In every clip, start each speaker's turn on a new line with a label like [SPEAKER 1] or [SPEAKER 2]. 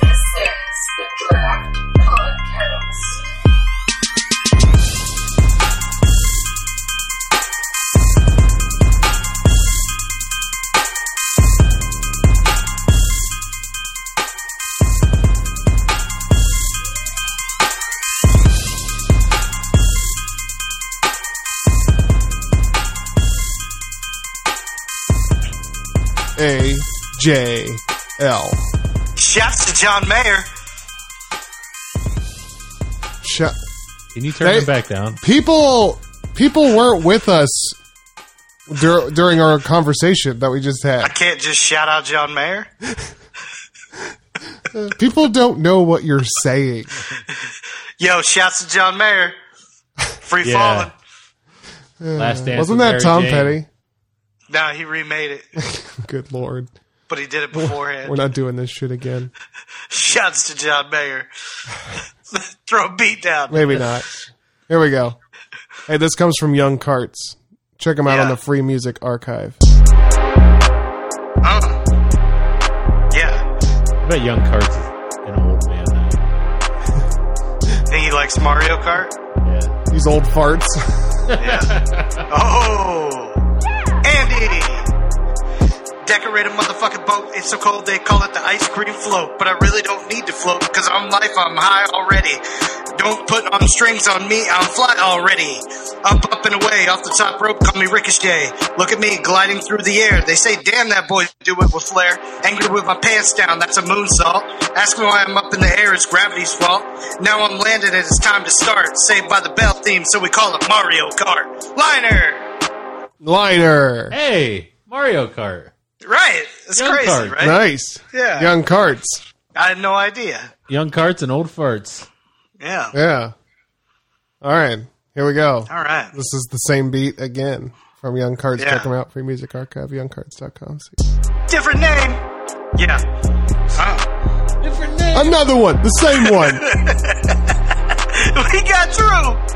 [SPEAKER 1] This is the Draft Podcast.
[SPEAKER 2] A J L.
[SPEAKER 3] Shouts to John Mayer.
[SPEAKER 2] Sh-
[SPEAKER 4] Can you turn
[SPEAKER 2] They-
[SPEAKER 4] them back down?
[SPEAKER 2] people, people weren't with us dur- during our conversation that we just
[SPEAKER 3] I
[SPEAKER 2] had.
[SPEAKER 3] can't just shout out John Mayer.
[SPEAKER 2] People don't know what you're saying.
[SPEAKER 3] Yo, shouts to John Mayer. Free
[SPEAKER 4] Yeah.
[SPEAKER 3] falling.
[SPEAKER 4] Last dance.
[SPEAKER 2] Wasn't
[SPEAKER 4] with
[SPEAKER 2] that
[SPEAKER 4] Mary
[SPEAKER 2] Tom
[SPEAKER 4] Jane.
[SPEAKER 2] Petty?
[SPEAKER 3] No, he remade it,
[SPEAKER 2] Good lord,
[SPEAKER 3] but he did it beforehand.
[SPEAKER 2] we're not doing this shit again.
[SPEAKER 3] Shouts to John Mayer. Throw a beat down.
[SPEAKER 2] Maybe not. Here we go. Hey, this comes from Young Carts. Check them out on
[SPEAKER 3] Yeah.
[SPEAKER 2] the Free Music Archive.
[SPEAKER 3] Uh. Yeah.
[SPEAKER 4] I bet Young Cart's is an old man now.
[SPEAKER 3] Think he likes Mario Kart?
[SPEAKER 4] Yeah.
[SPEAKER 2] These old farts.
[SPEAKER 3] Oh! Andy! Decorate a motherfucking boat. It's so cold they call it the ice cream float. But I really don't need to float because I'm life, I'm high already. Don't put on strings on me, I'm fly already. Up, up, and away, off the top rope, call me Ricochet. Look at me gliding through the air. They say, damn, that boy do it with flair. Angry with my pants down, that's a moonsault. Ask me why I'm up in the air, it's gravity's fault. Now I'm landed and it's time to start. Saved by the bell theme, so we call it Mario Kart. Liner!
[SPEAKER 2] Liner.
[SPEAKER 4] Hey, Mario Kart.
[SPEAKER 3] Right. It's
[SPEAKER 4] Young
[SPEAKER 3] crazy,
[SPEAKER 4] card.
[SPEAKER 3] right?
[SPEAKER 2] Nice.
[SPEAKER 3] Yeah.
[SPEAKER 2] Young Carts.
[SPEAKER 3] I had no idea.
[SPEAKER 4] Young Cart's and old farts.
[SPEAKER 3] Yeah.
[SPEAKER 2] Yeah. All right. Here we go.
[SPEAKER 3] All right.
[SPEAKER 2] This is the same beat again from Young Cards.
[SPEAKER 3] Yeah.
[SPEAKER 2] Check them out. Free Music Archive, youngcards.com.
[SPEAKER 3] Different name. Yeah. Oh.
[SPEAKER 4] Different name.
[SPEAKER 2] Another one, the same one.
[SPEAKER 3] we got through.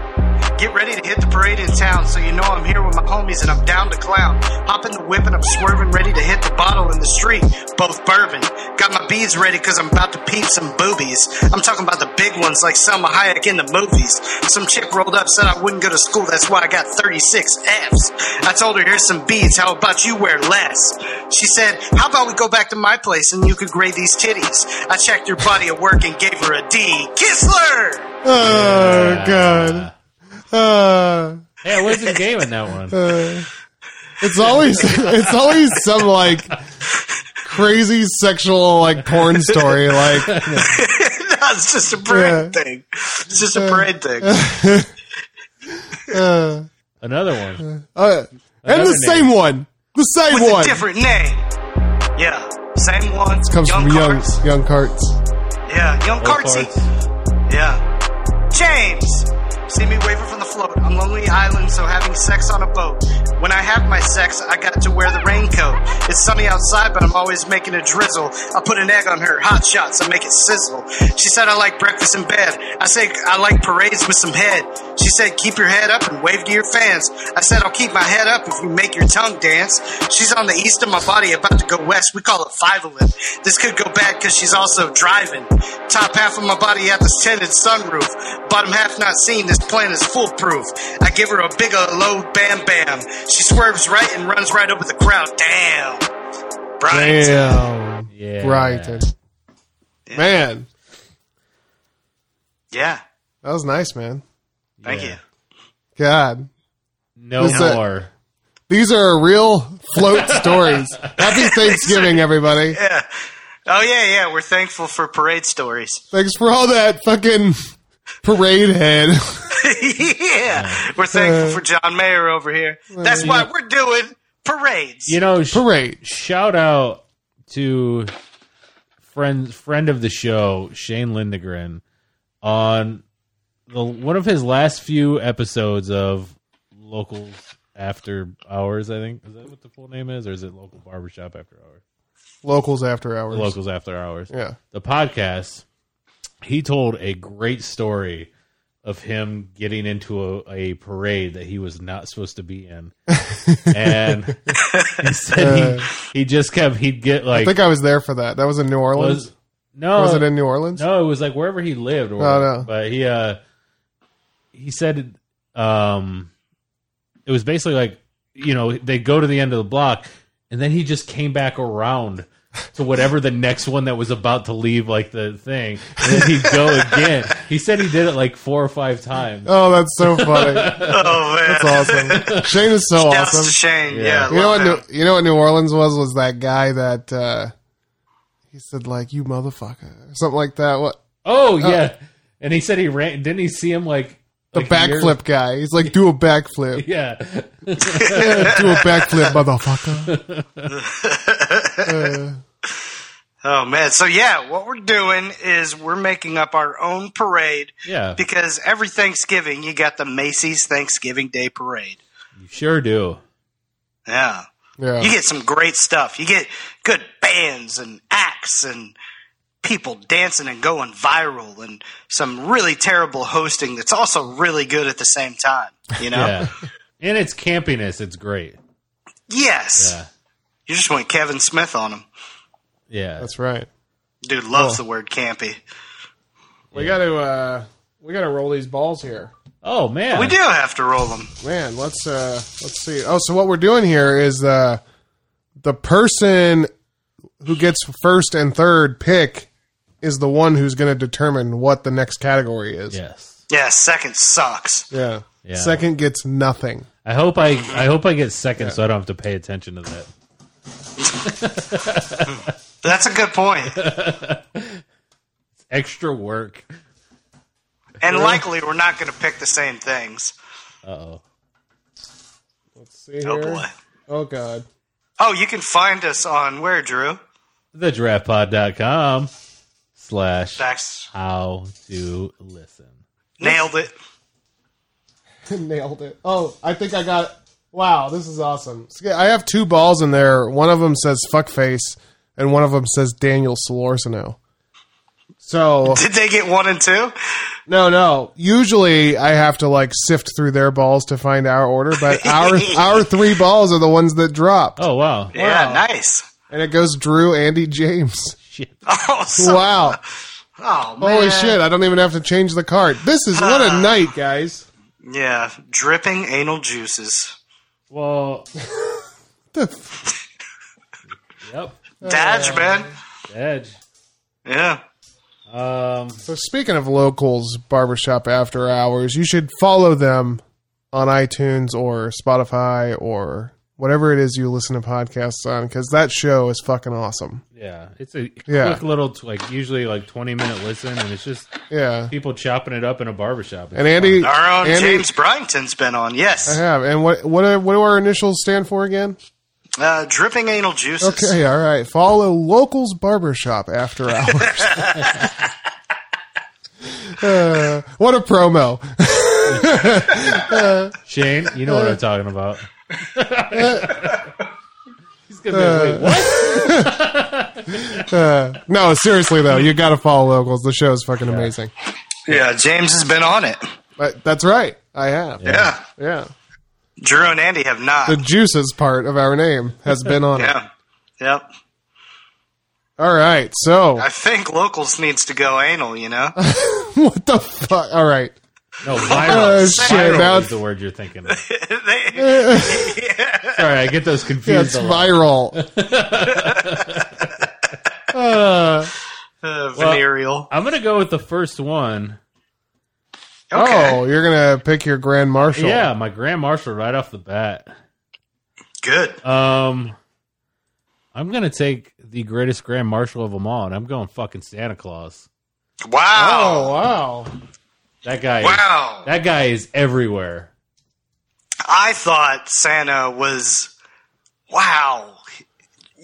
[SPEAKER 3] Get ready to hit the parade in town, so you know I'm here with my homies and I'm down to clown. Hop in the whip and I'm swerving, ready to hit the bottle in the street, both bourbon. Got my beads ready because I'm about to peep some boobies. I'm talking about the big ones like Selma Hayek in the movies. Some chick rolled up, said I wouldn't go to school, that's why I got 36 F's. I told her, here's some beads, how about you wear less? She said, how about we go back to my place and you could grade these titties? I checked your body of work and gave her a D. Kissler!
[SPEAKER 2] oh god. Uh,
[SPEAKER 4] Hey, I wasn't gaming that one.
[SPEAKER 2] uh, it's always it's always some like crazy sexual like porn story. Like uh,
[SPEAKER 3] no, it's just a parade
[SPEAKER 2] Yeah.
[SPEAKER 3] thing. It's just a parade thing.
[SPEAKER 2] uh,
[SPEAKER 4] Another one.
[SPEAKER 2] uh, and
[SPEAKER 4] Another
[SPEAKER 2] the same one, the same
[SPEAKER 3] With
[SPEAKER 2] one.
[SPEAKER 3] a different name. Yeah. Same one.
[SPEAKER 2] Comes
[SPEAKER 3] young
[SPEAKER 2] from Young
[SPEAKER 3] Carts.
[SPEAKER 2] Young Carts.
[SPEAKER 3] Yeah. Young
[SPEAKER 4] Old
[SPEAKER 3] Cartsy.
[SPEAKER 4] farts.
[SPEAKER 3] Yeah. James. See me waving from the float. I'm Lonely Island, so having sex on a boat. When I have my sex, I got to wear the raincoat. It's sunny outside, but I'm always making a drizzle. I put an egg on her, hot shots, I make it sizzle. She said I like breakfast in bed. I say I like parades with some head. She said keep your head up and wave to your fans. I said I'll keep my head up if you make your tongue dance. She's on the east of my body, about to go west. We call it fivalent. This could go bad because she's also driving. Top half of my body at this tinted sunroof. Bottom half not seen. This plan is foolproof. I give her a big old low bam bam. She swerves right and runs right over the crowd. Damn. Brian.
[SPEAKER 2] Damn.
[SPEAKER 4] Yeah.
[SPEAKER 2] Brighton. Man,
[SPEAKER 3] Yeah.
[SPEAKER 2] that was nice, man.
[SPEAKER 3] Thank
[SPEAKER 4] Yeah.
[SPEAKER 3] you.
[SPEAKER 2] God.
[SPEAKER 4] No
[SPEAKER 2] Who's that?
[SPEAKER 4] more.
[SPEAKER 2] These are real float stories. Happy Thanksgiving, everybody.
[SPEAKER 3] Yeah. Oh yeah, yeah. We're thankful for parade stories.
[SPEAKER 2] Thanks for all that fucking parade head.
[SPEAKER 3] yeah. We're thankful for John Mayer over here. That's why we're doing parades.
[SPEAKER 4] You know, sh-
[SPEAKER 2] Parade.
[SPEAKER 4] shout out to friend friend of the show Shane Lindegren on the one of his last few episodes of Locals After Hours. I think is that what the full name is, or is it Local Barbershop After Hours?
[SPEAKER 2] Locals after hours.
[SPEAKER 4] Locals After Hours.
[SPEAKER 2] Yeah.
[SPEAKER 4] the podcast, he told a great story of him getting into a, a parade that he was not supposed to be in. and he said he, he just kept, he'd get
[SPEAKER 2] I
[SPEAKER 4] like,
[SPEAKER 2] think I was there for that. That was in New Orleans.
[SPEAKER 4] was, no,
[SPEAKER 2] Was, it in New Orleans?
[SPEAKER 4] no, it was like wherever he lived. Or,
[SPEAKER 2] Oh, No, no.
[SPEAKER 4] But he, uh, he said, um, it was basically like, you know, they go to the end of the block and then he just came back around to whatever the next one that was about to leave, like the thing. And then he'd go again. He said he did it like four or five times.
[SPEAKER 2] Oh, that's so funny. that's
[SPEAKER 3] Oh man,
[SPEAKER 2] awesome. Shane is so
[SPEAKER 3] That's
[SPEAKER 2] awesome.
[SPEAKER 3] a shame.
[SPEAKER 4] Yeah.
[SPEAKER 3] Yeah,
[SPEAKER 2] You know
[SPEAKER 3] love
[SPEAKER 2] what?
[SPEAKER 3] him.
[SPEAKER 2] New, you know what New Orleans was? Was that guy that uh, he said like "you motherfucker" or something like that? What
[SPEAKER 4] Oh, yeah. And he said he ran. Didn't he see him like
[SPEAKER 2] the
[SPEAKER 4] like a year-
[SPEAKER 2] backflip guy? He's like, "Do a backflip,
[SPEAKER 4] Yeah.
[SPEAKER 2] do a backflip, motherfucker."
[SPEAKER 3] Oh man. So yeah, what we're doing is we're making up our own parade
[SPEAKER 4] Yeah.
[SPEAKER 3] because every Thanksgiving you got the Macy's Thanksgiving Day Parade.
[SPEAKER 4] You sure do.
[SPEAKER 3] Yeah. You
[SPEAKER 2] Yeah,
[SPEAKER 3] get some great stuff. You get good bands and acts and people dancing and going viral and some really terrible hosting that's also really good at the same time, you know?
[SPEAKER 4] Yeah. and it's campiness. It's great.
[SPEAKER 3] Yes.
[SPEAKER 4] Yeah.
[SPEAKER 3] You just went Kevin Smith on him.
[SPEAKER 4] Yeah.
[SPEAKER 2] that's right.
[SPEAKER 3] Dude loves the word campy.
[SPEAKER 2] We got to uh, we got to roll these balls here,
[SPEAKER 4] oh, man.
[SPEAKER 3] We do have to roll them.
[SPEAKER 2] man. Let's uh, let's see. Oh, so what we're doing here is uh, the person who gets first and third pick is the one who's going to determine what the next category is.
[SPEAKER 4] Yes.
[SPEAKER 3] Yeah, second sucks.
[SPEAKER 2] Yeah.
[SPEAKER 4] Yeah.
[SPEAKER 2] Second gets nothing.
[SPEAKER 4] I hope I I hope I get second so I don't have to pay attention to that.
[SPEAKER 3] That's a good point.
[SPEAKER 4] Extra work.
[SPEAKER 3] And likely we're not going to pick the same things.
[SPEAKER 4] Uh oh.
[SPEAKER 2] Let's see here.
[SPEAKER 3] Oh boy.
[SPEAKER 2] Oh god.
[SPEAKER 3] Oh, you can find us on where, Drew?
[SPEAKER 4] thedraftpod.com slash
[SPEAKER 3] That's
[SPEAKER 4] how to listen.
[SPEAKER 3] nailed it.
[SPEAKER 2] Nailed it. Oh, I think I got Wow, this is awesome. So, yeah, I have two balls in there. One of them says fuckface and one of them says Daniel Solorsino. So,
[SPEAKER 3] Did they get one and two?
[SPEAKER 2] no, no. Usually I have to like sift through their balls to find our order, but our our three balls are the ones that drop.
[SPEAKER 4] Oh wow.
[SPEAKER 3] Yeah, nice.
[SPEAKER 2] And it goes Drew, Andy, James.
[SPEAKER 3] Oh, so,
[SPEAKER 2] Wow.
[SPEAKER 3] oh man.
[SPEAKER 2] Holy shit, I don't even have to change the card. This is what a night, guys.
[SPEAKER 3] Yeah, dripping anal juices.
[SPEAKER 4] Well Yep.
[SPEAKER 3] Dadge, man.
[SPEAKER 4] Edge.
[SPEAKER 3] Yeah.
[SPEAKER 4] Um
[SPEAKER 2] So speaking of locals barbershop after hours, you should follow them on iTunes or Spotify or whatever it is you listen to podcasts on because that show is fucking awesome.
[SPEAKER 4] yeah. It's a
[SPEAKER 2] Yeah.
[SPEAKER 4] quick little t- like usually like twenty minute listen and it's just
[SPEAKER 2] Yeah,
[SPEAKER 4] people chopping it up in a barbershop.
[SPEAKER 2] and Andy,
[SPEAKER 3] Our own
[SPEAKER 2] Andy, Uh-huh.
[SPEAKER 3] James Bryington's been on.
[SPEAKER 2] I
[SPEAKER 3] Yes.
[SPEAKER 2] have. And what what are, what do our initials stand for again?
[SPEAKER 3] Uh, dripping anal juices.
[SPEAKER 2] Okay, all right. Follow locals barbershop after hours. Uh, what a promo!
[SPEAKER 4] Shane, you know what
[SPEAKER 2] Uh,
[SPEAKER 4] I'm talking about. He's gonna be like, "Wait, what?
[SPEAKER 2] No, seriously though, you got to follow locals. The show is fucking amazing.
[SPEAKER 3] Yeah, James has been on it.
[SPEAKER 2] But that's right, I have.
[SPEAKER 3] Yeah.
[SPEAKER 2] yeah.
[SPEAKER 3] Drew and Andy have not.
[SPEAKER 2] the juices part of our name has been on it.
[SPEAKER 3] yeah. Yep.
[SPEAKER 2] All right, so
[SPEAKER 3] I think locals needs to go anal, you know?
[SPEAKER 2] what the fuck? All right,
[SPEAKER 4] No, viral.
[SPEAKER 2] Oh, shit,
[SPEAKER 4] viral
[SPEAKER 2] now
[SPEAKER 4] is
[SPEAKER 2] it's-
[SPEAKER 4] the word you're thinking of.
[SPEAKER 3] They- uh,
[SPEAKER 4] Sorry, I get those
[SPEAKER 2] yeah,
[SPEAKER 4] confused.
[SPEAKER 2] it's
[SPEAKER 4] a lot.
[SPEAKER 2] viral. Uh,
[SPEAKER 3] uh, venereal.
[SPEAKER 4] I'm gonna go with the first one.
[SPEAKER 3] okay.
[SPEAKER 2] Oh, you're gonna pick your grand marshal?
[SPEAKER 4] Yeah, my Grand Marshal right off the bat.
[SPEAKER 3] Good.
[SPEAKER 4] Um, I'm gonna take the greatest Grand Marshal of them all, and I'm going fucking Santa Claus.
[SPEAKER 2] Oh
[SPEAKER 3] Wow.
[SPEAKER 2] wow.
[SPEAKER 4] That guy. is-
[SPEAKER 3] Wow.
[SPEAKER 4] That guy is everywhere.
[SPEAKER 3] I thought Santa was wow.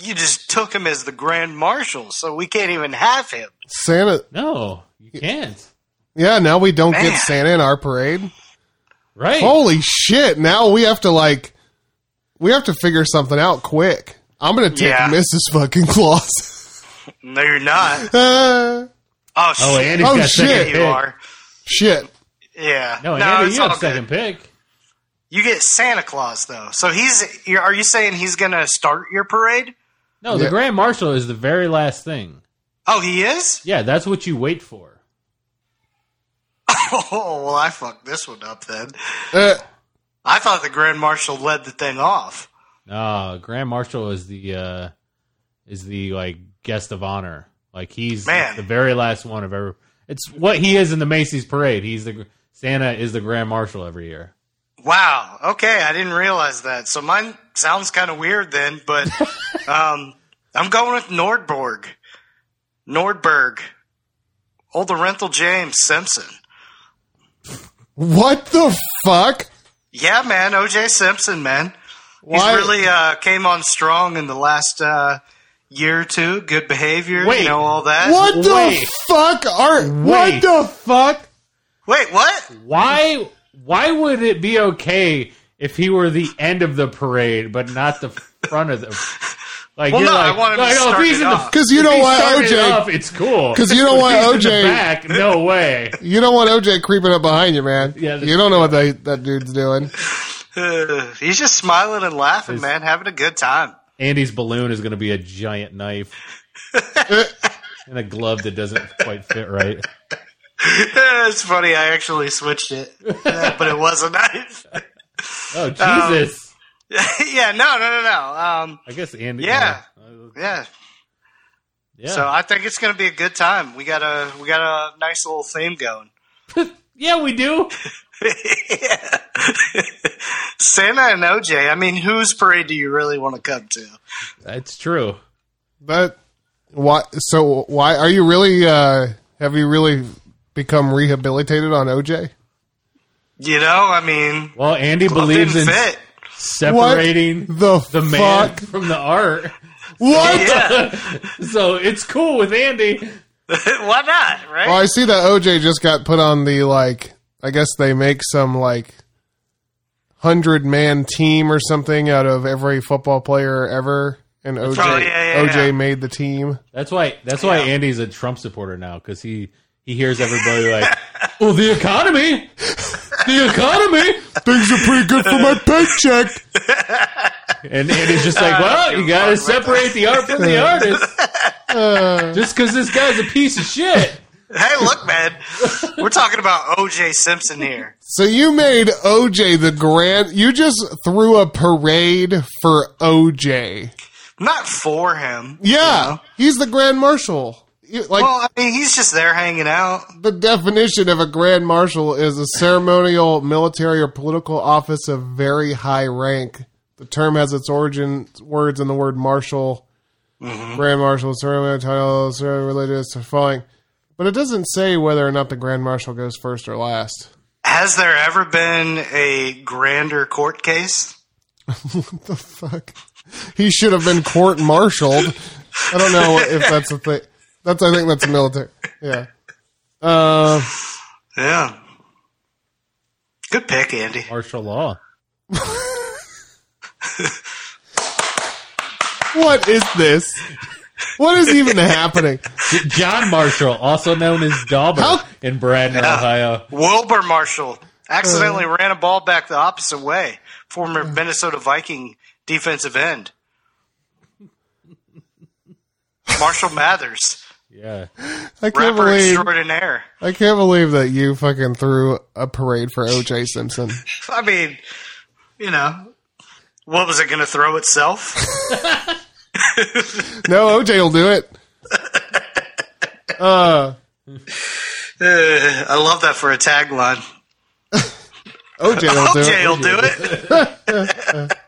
[SPEAKER 3] You just took him as the grand marshal, so we can't even have him.
[SPEAKER 2] Santa.
[SPEAKER 4] No, you can't.
[SPEAKER 2] Yeah, now we don't
[SPEAKER 3] Man.
[SPEAKER 2] get Santa in our parade.
[SPEAKER 4] Right?
[SPEAKER 2] Holy shit! Now we have to like, we have to figure something out quick. I'm gonna take
[SPEAKER 3] Yeah.
[SPEAKER 2] Mrs. Fucking Claus.
[SPEAKER 3] No, you're not.
[SPEAKER 2] Uh,
[SPEAKER 3] Oh, shit.
[SPEAKER 4] Oh, Andy's
[SPEAKER 2] Oh,
[SPEAKER 4] got
[SPEAKER 2] shit.
[SPEAKER 4] second
[SPEAKER 3] you
[SPEAKER 4] pick.
[SPEAKER 3] are.
[SPEAKER 2] shit.
[SPEAKER 3] Yeah.
[SPEAKER 4] No, Andy,
[SPEAKER 3] it's
[SPEAKER 4] you have
[SPEAKER 3] all good.
[SPEAKER 4] second pick.
[SPEAKER 3] You get Santa Claus though. So he's. you're- Are you saying he's gonna start your parade?
[SPEAKER 4] No, the
[SPEAKER 2] Yeah.
[SPEAKER 4] Grand Marshal is the very last thing.
[SPEAKER 3] Oh, he is.
[SPEAKER 4] Yeah, that's what you wait for.
[SPEAKER 3] Oh well, I fucked this one up then.
[SPEAKER 2] Uh,
[SPEAKER 3] I thought the Grand Marshal led the thing off.
[SPEAKER 4] Uh, Grand Marshal is the uh, is the like guest of honor. Like he's
[SPEAKER 3] Man.
[SPEAKER 4] the very last one of ever. It's what he is in the Macy's parade. He's the Santa is the Grand Marshal every year.
[SPEAKER 3] Wow. Okay, I didn't realize that. So mine sounds kind of weird then, but um, I'm going with Nordborg, Nordberg, old rental James Simpson.
[SPEAKER 2] what the fuck?
[SPEAKER 3] Yeah, man, OJ Simpson, man.
[SPEAKER 2] Why-
[SPEAKER 3] He's really uh, came on strong in the last uh, year or two. Good behavior,
[SPEAKER 4] Wait.
[SPEAKER 3] you know all that.
[SPEAKER 2] What the
[SPEAKER 4] Uh, Wait.
[SPEAKER 2] fuck? Art? What
[SPEAKER 4] Wait.
[SPEAKER 2] the fuck?
[SPEAKER 3] Wait, what?
[SPEAKER 4] Why? Why would it be okay if he were the end of the parade, but not the front of the? Like,
[SPEAKER 3] Well,
[SPEAKER 4] you're
[SPEAKER 3] no,
[SPEAKER 4] like,
[SPEAKER 3] I want him to
[SPEAKER 4] like, oh, if
[SPEAKER 3] start
[SPEAKER 4] he's
[SPEAKER 3] it
[SPEAKER 4] in the-
[SPEAKER 3] off.
[SPEAKER 2] Because you
[SPEAKER 4] if
[SPEAKER 2] know
[SPEAKER 4] he
[SPEAKER 2] what,
[SPEAKER 4] started
[SPEAKER 2] OJ.
[SPEAKER 4] off, it's cool.
[SPEAKER 2] Because you don't want
[SPEAKER 4] He's in the
[SPEAKER 2] OJ.
[SPEAKER 4] back, no way.
[SPEAKER 2] You don't want OJ creeping up behind you, man.
[SPEAKER 4] Yeah, that's-
[SPEAKER 2] you don't know what that that dude's doing.
[SPEAKER 3] Uh, he's just smiling and laughing,
[SPEAKER 4] He's-
[SPEAKER 3] man, having a good time.
[SPEAKER 4] Andy's balloon is going to be a giant knife and a glove that doesn't quite fit right.
[SPEAKER 3] it's funny. I actually switched it, Uh, but it was a knife.
[SPEAKER 4] Oh
[SPEAKER 3] Um,
[SPEAKER 4] Jesus!
[SPEAKER 3] yeah, no, no, no, no. Um,
[SPEAKER 4] I guess Andy.
[SPEAKER 3] Yeah.
[SPEAKER 4] uh,
[SPEAKER 3] yeah.
[SPEAKER 4] yeah.
[SPEAKER 3] So I think it's gonna be a good time. We got a we got a nice little theme going.
[SPEAKER 4] yeah, we do.
[SPEAKER 3] yeah. Santa and OJ. I mean, whose parade do you really want to come to?
[SPEAKER 4] That's true.
[SPEAKER 2] But why? So why are you really? uh Have you really become rehabilitated on OJ?
[SPEAKER 3] You know, I mean,
[SPEAKER 4] Well, Andy
[SPEAKER 3] glove
[SPEAKER 4] believes in
[SPEAKER 3] didn't fit.
[SPEAKER 4] separating
[SPEAKER 2] The,
[SPEAKER 4] the man
[SPEAKER 2] fuck?
[SPEAKER 4] from the art.
[SPEAKER 2] What?
[SPEAKER 3] Yeah,
[SPEAKER 4] So it's cool with Andy.
[SPEAKER 3] why not? Right?
[SPEAKER 2] Well, I see that OJ just got put on the like. I guess they make some like hundred man team or something out of every football player ever, and OJ
[SPEAKER 3] Oh, yeah, yeah,
[SPEAKER 2] OJ
[SPEAKER 3] yeah.
[SPEAKER 2] made the team.
[SPEAKER 4] That's why. That's why
[SPEAKER 3] Yeah.
[SPEAKER 4] Andy's a Trump supporter now because he he hears everybody like, "Well, the economy, the economy,"
[SPEAKER 2] Things are pretty good for my paycheck.
[SPEAKER 4] and Andy's just
[SPEAKER 3] Uh,
[SPEAKER 4] like, "Well, you got to separate the art from the artist." Uh, Just because this guy's a piece of shit.
[SPEAKER 3] Hey, look, man, we're talking about OJ Simpson here.
[SPEAKER 2] So you made OJ the grand. You just threw a parade for OJ.
[SPEAKER 3] Not for him.
[SPEAKER 2] Yeah, he's the grand marshal. You- Like
[SPEAKER 3] Well, I mean, he's just there hanging out.
[SPEAKER 2] the definition of a grand marshal is a ceremonial military or political office of very high rank. The term has its origin words in the word marshal, grand marshal, ceremonial title, ceremonial religious, or following. But it doesn't say whether or not the grand marshal goes first or last.
[SPEAKER 3] Has there ever been a grander court case?
[SPEAKER 2] What the fuck? He should have been court martialed. I don't know if that's a thing. That's I think that's military. Yeah. Uh,
[SPEAKER 3] Yeah. Good pick, Andy.
[SPEAKER 4] Martial law.
[SPEAKER 2] what is this? What is even happening?
[SPEAKER 4] J- John Marshall, also known as Dauber
[SPEAKER 2] How-
[SPEAKER 4] in Bradner, Ohio.
[SPEAKER 3] Wilbur Marshall accidentally ran a ball back the opposite way. Former Minnesota Viking defensive end. Marshall Mathers,
[SPEAKER 4] Yeah.
[SPEAKER 2] I can't
[SPEAKER 3] rapper
[SPEAKER 2] believe
[SPEAKER 3] extraordinaire.
[SPEAKER 2] I can't believe that you fucking threw a parade for OJ Simpson.
[SPEAKER 3] I mean, you know, what was it going to throw itself?
[SPEAKER 2] No, OJ will do it.
[SPEAKER 3] Uh, I love that for a tagline.
[SPEAKER 2] OJ will do
[SPEAKER 3] OJ
[SPEAKER 2] it.
[SPEAKER 3] will do it.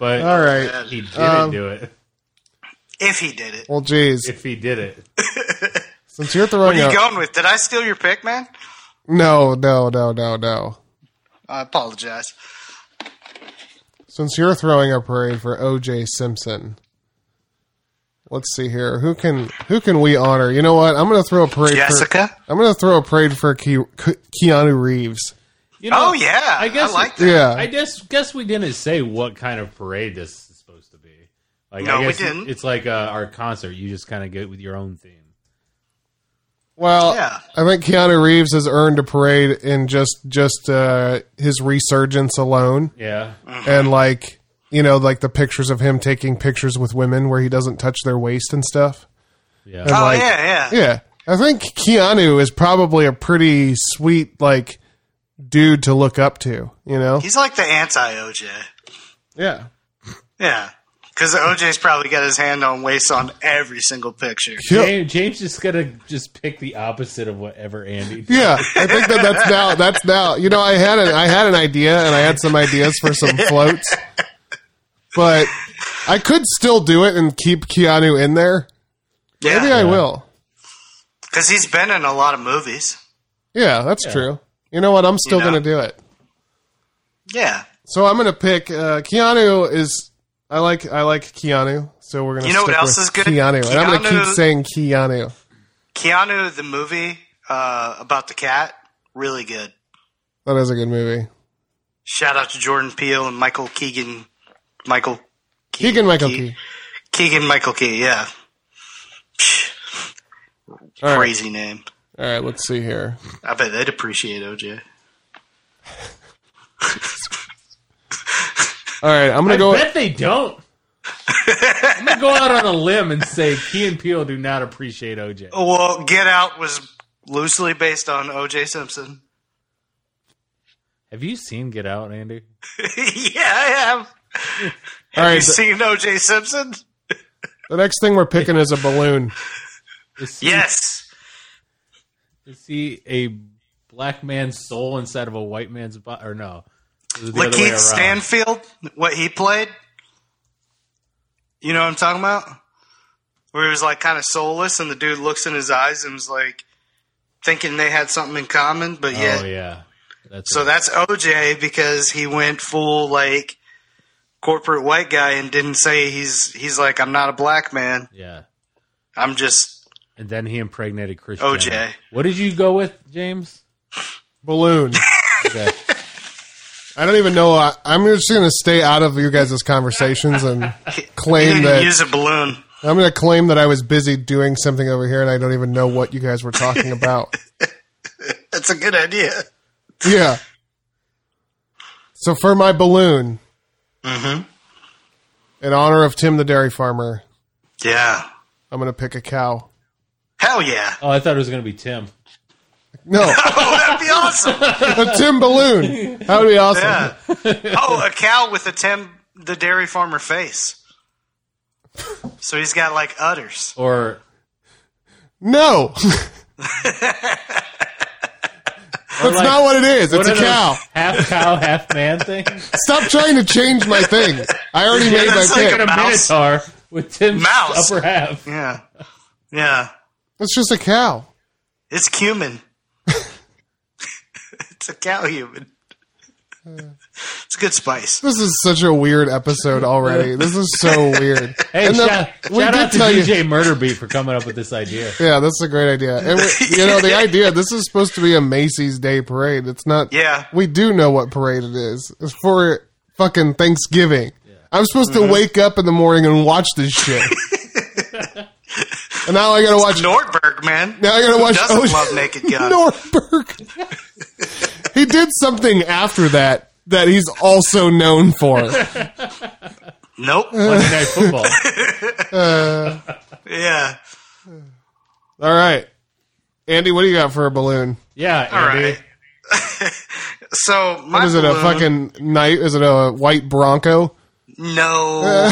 [SPEAKER 4] But
[SPEAKER 2] All right.
[SPEAKER 4] he didn't
[SPEAKER 2] Um,
[SPEAKER 4] do it.
[SPEAKER 3] If he did it.
[SPEAKER 2] Well, geez,
[SPEAKER 4] If he did it.
[SPEAKER 2] since you're
[SPEAKER 3] What
[SPEAKER 2] throwing
[SPEAKER 3] are you
[SPEAKER 2] up,
[SPEAKER 3] going with? Did I steal your pick, man?
[SPEAKER 2] no, no, no, no, no.
[SPEAKER 3] I apologize.
[SPEAKER 2] Since you're throwing a parade for OJ Simpson, let's see here. Who can who can we honor? You know what? I'm going to throw a parade.
[SPEAKER 3] Jessica?
[SPEAKER 2] For, I'm going to throw a parade for Ke- Ke- Keanu Reeves.
[SPEAKER 4] You
[SPEAKER 3] Oh yeah, I
[SPEAKER 4] guess-
[SPEAKER 3] like that.
[SPEAKER 2] Yeah,
[SPEAKER 4] I just guess we didn't say what kind of parade this is supposed to be. Like,
[SPEAKER 3] No,
[SPEAKER 4] I
[SPEAKER 3] we
[SPEAKER 4] guess
[SPEAKER 3] didn't.
[SPEAKER 4] It's like uh, our concert. You just kind of get with your own theme.
[SPEAKER 2] Well,
[SPEAKER 3] Yeah.
[SPEAKER 2] I think Keanu Reeves has earned a parade in just just uh, his resurgence alone,
[SPEAKER 4] Yeah.
[SPEAKER 3] Mm.
[SPEAKER 2] and like you know, like the pictures of him taking pictures with women where he doesn't touch their waist and stuff.
[SPEAKER 4] Yeah.
[SPEAKER 2] And,
[SPEAKER 3] Oh
[SPEAKER 2] like,
[SPEAKER 3] yeah, yeah.
[SPEAKER 2] yeah. I think Keanu is probably a pretty sweet like dude to look up to. You know?
[SPEAKER 3] He's like the anti OJ.
[SPEAKER 2] Yeah.
[SPEAKER 3] Yeah. Because OJ's probably got his hand on waist on every single picture.
[SPEAKER 4] James, James just got to just pick the opposite of whatever Andy. did.
[SPEAKER 2] Yeah, I think that that's now that's now. You know, I had an I had an idea and I had some ideas for some floats, but I could still do it and keep Keanu in there. Maybe
[SPEAKER 3] Yeah.
[SPEAKER 2] I will.
[SPEAKER 3] Because he's been in a lot of movies.
[SPEAKER 2] Yeah, that's true. You know what? I'm still
[SPEAKER 3] You know?
[SPEAKER 2] going to do it.
[SPEAKER 3] Yeah.
[SPEAKER 2] So I'm going to pick uh, Keanu is I like I like Keanu. So we're going to
[SPEAKER 3] You know what else is good?
[SPEAKER 2] Keanu, and I'm going to
[SPEAKER 3] Keanu-
[SPEAKER 2] keep saying Keanu.
[SPEAKER 3] Keanu, the movie uh, about the cat, really good.
[SPEAKER 2] That is a good movie.
[SPEAKER 3] Shout out to Jordan Peele and Michael Keegan. Michael
[SPEAKER 2] Keegan Michael Key.
[SPEAKER 3] Keegan Michael Key, yeah.
[SPEAKER 2] All right.
[SPEAKER 3] Crazy name.
[SPEAKER 2] All right, let's see here.
[SPEAKER 3] I bet they'd appreciate OJ.
[SPEAKER 2] All right, I'm
[SPEAKER 4] I
[SPEAKER 2] going to go
[SPEAKER 4] bet they don't. I'm gonna go out on a limb and say Key and Peele do not appreciate OJ.
[SPEAKER 3] Well, Get Out was loosely based on OJ Simpson.
[SPEAKER 4] Have you seen Get Out, Andy?
[SPEAKER 3] yeah, I have.
[SPEAKER 2] All right,
[SPEAKER 3] You
[SPEAKER 2] the,
[SPEAKER 3] seen OJ Simpson?
[SPEAKER 2] the next thing we're picking is a balloon.
[SPEAKER 4] Is he,
[SPEAKER 3] Yes.
[SPEAKER 4] Is he a black man's soul inside of a white man's body? Or no? Is it the other way
[SPEAKER 3] Lakeith
[SPEAKER 4] around?
[SPEAKER 3] Stanfield, what he played. You know what I'm talking about? Where he was like kind of soulless, and the dude looks in his eyes and was like thinking they had something in common, but yeah.
[SPEAKER 4] Oh yeah. That's
[SPEAKER 3] So that's OJ because he went full like corporate white guy and didn't say he's he's like I'm not a black man.
[SPEAKER 4] yeah.
[SPEAKER 3] I'm just
[SPEAKER 4] And then he impregnated Christian.
[SPEAKER 3] OJ.
[SPEAKER 4] What did you go with, James?
[SPEAKER 2] Balloon.
[SPEAKER 4] Okay.
[SPEAKER 2] I don't even know. I, I'm just going to stay out of you guys' conversations and
[SPEAKER 3] he
[SPEAKER 2] claim
[SPEAKER 3] didn't
[SPEAKER 2] that
[SPEAKER 3] use a balloon.
[SPEAKER 2] I'm going to claim that I was busy doing something over here and I don't even know what you guys were talking about.
[SPEAKER 3] That's a good idea.
[SPEAKER 2] yeah. So for my balloon,
[SPEAKER 3] Mm-hmm.
[SPEAKER 2] in honor of Tim the dairy farmer,
[SPEAKER 3] Yeah.
[SPEAKER 2] I'm going to pick a cow.
[SPEAKER 3] Hell yeah.
[SPEAKER 4] Oh, I thought it was gonna be Tim.
[SPEAKER 2] No,
[SPEAKER 3] Oh, that'd be awesome.
[SPEAKER 2] a Tim balloon. That would be awesome.
[SPEAKER 3] Yeah. Oh, a cow with a Tim the dairy farmer face. So he's got like udders.
[SPEAKER 4] Or
[SPEAKER 2] No, that's
[SPEAKER 4] like-
[SPEAKER 2] not what it is. It's
[SPEAKER 4] What
[SPEAKER 2] a
[SPEAKER 4] are those
[SPEAKER 2] cow.
[SPEAKER 4] half cow, half man thing.
[SPEAKER 2] Stop trying to change my thing. I already made my
[SPEAKER 3] that's like
[SPEAKER 2] pick.
[SPEAKER 4] Like a
[SPEAKER 3] Mouse.
[SPEAKER 4] minotaur with Tim's
[SPEAKER 3] Mouse.
[SPEAKER 4] upper half.
[SPEAKER 3] Yeah. Yeah.
[SPEAKER 2] It's just a cow.
[SPEAKER 3] It's cumin. it's a cow human. It's good spice.
[SPEAKER 2] This is such a weird episode already. This is so weird.
[SPEAKER 4] Hey,
[SPEAKER 2] And the-
[SPEAKER 4] shout,
[SPEAKER 2] we
[SPEAKER 4] shout
[SPEAKER 2] did
[SPEAKER 4] out to
[SPEAKER 2] tell you-
[SPEAKER 4] DJ Murderbeat for coming up with this idea.
[SPEAKER 2] Yeah, that's a great idea. And we, you know, the idea this is supposed to be a Macy's Day parade. It's not.
[SPEAKER 3] Yeah.
[SPEAKER 2] we do know what parade it is. It's for fucking Thanksgiving. I'm supposed
[SPEAKER 3] Mm-hmm.
[SPEAKER 2] to wake up in the morning and watch this shit. and now I gotta watch.
[SPEAKER 3] Nordberg, man.
[SPEAKER 2] now I gotta watch.
[SPEAKER 3] doesn't
[SPEAKER 2] Ocean-
[SPEAKER 3] love Naked Gun?
[SPEAKER 2] Norberg. he did something after that that he's also known for. Uh,
[SPEAKER 3] Nope.
[SPEAKER 4] Monday Night Football.
[SPEAKER 3] yeah.
[SPEAKER 2] All right. Andy, what do you got for a balloon?
[SPEAKER 4] Yeah,
[SPEAKER 3] All
[SPEAKER 4] Andy.
[SPEAKER 3] right. so my
[SPEAKER 2] What is it a
[SPEAKER 3] balloon-
[SPEAKER 2] fucking night? Is it a white Bronco? Uh.
[SPEAKER 3] No.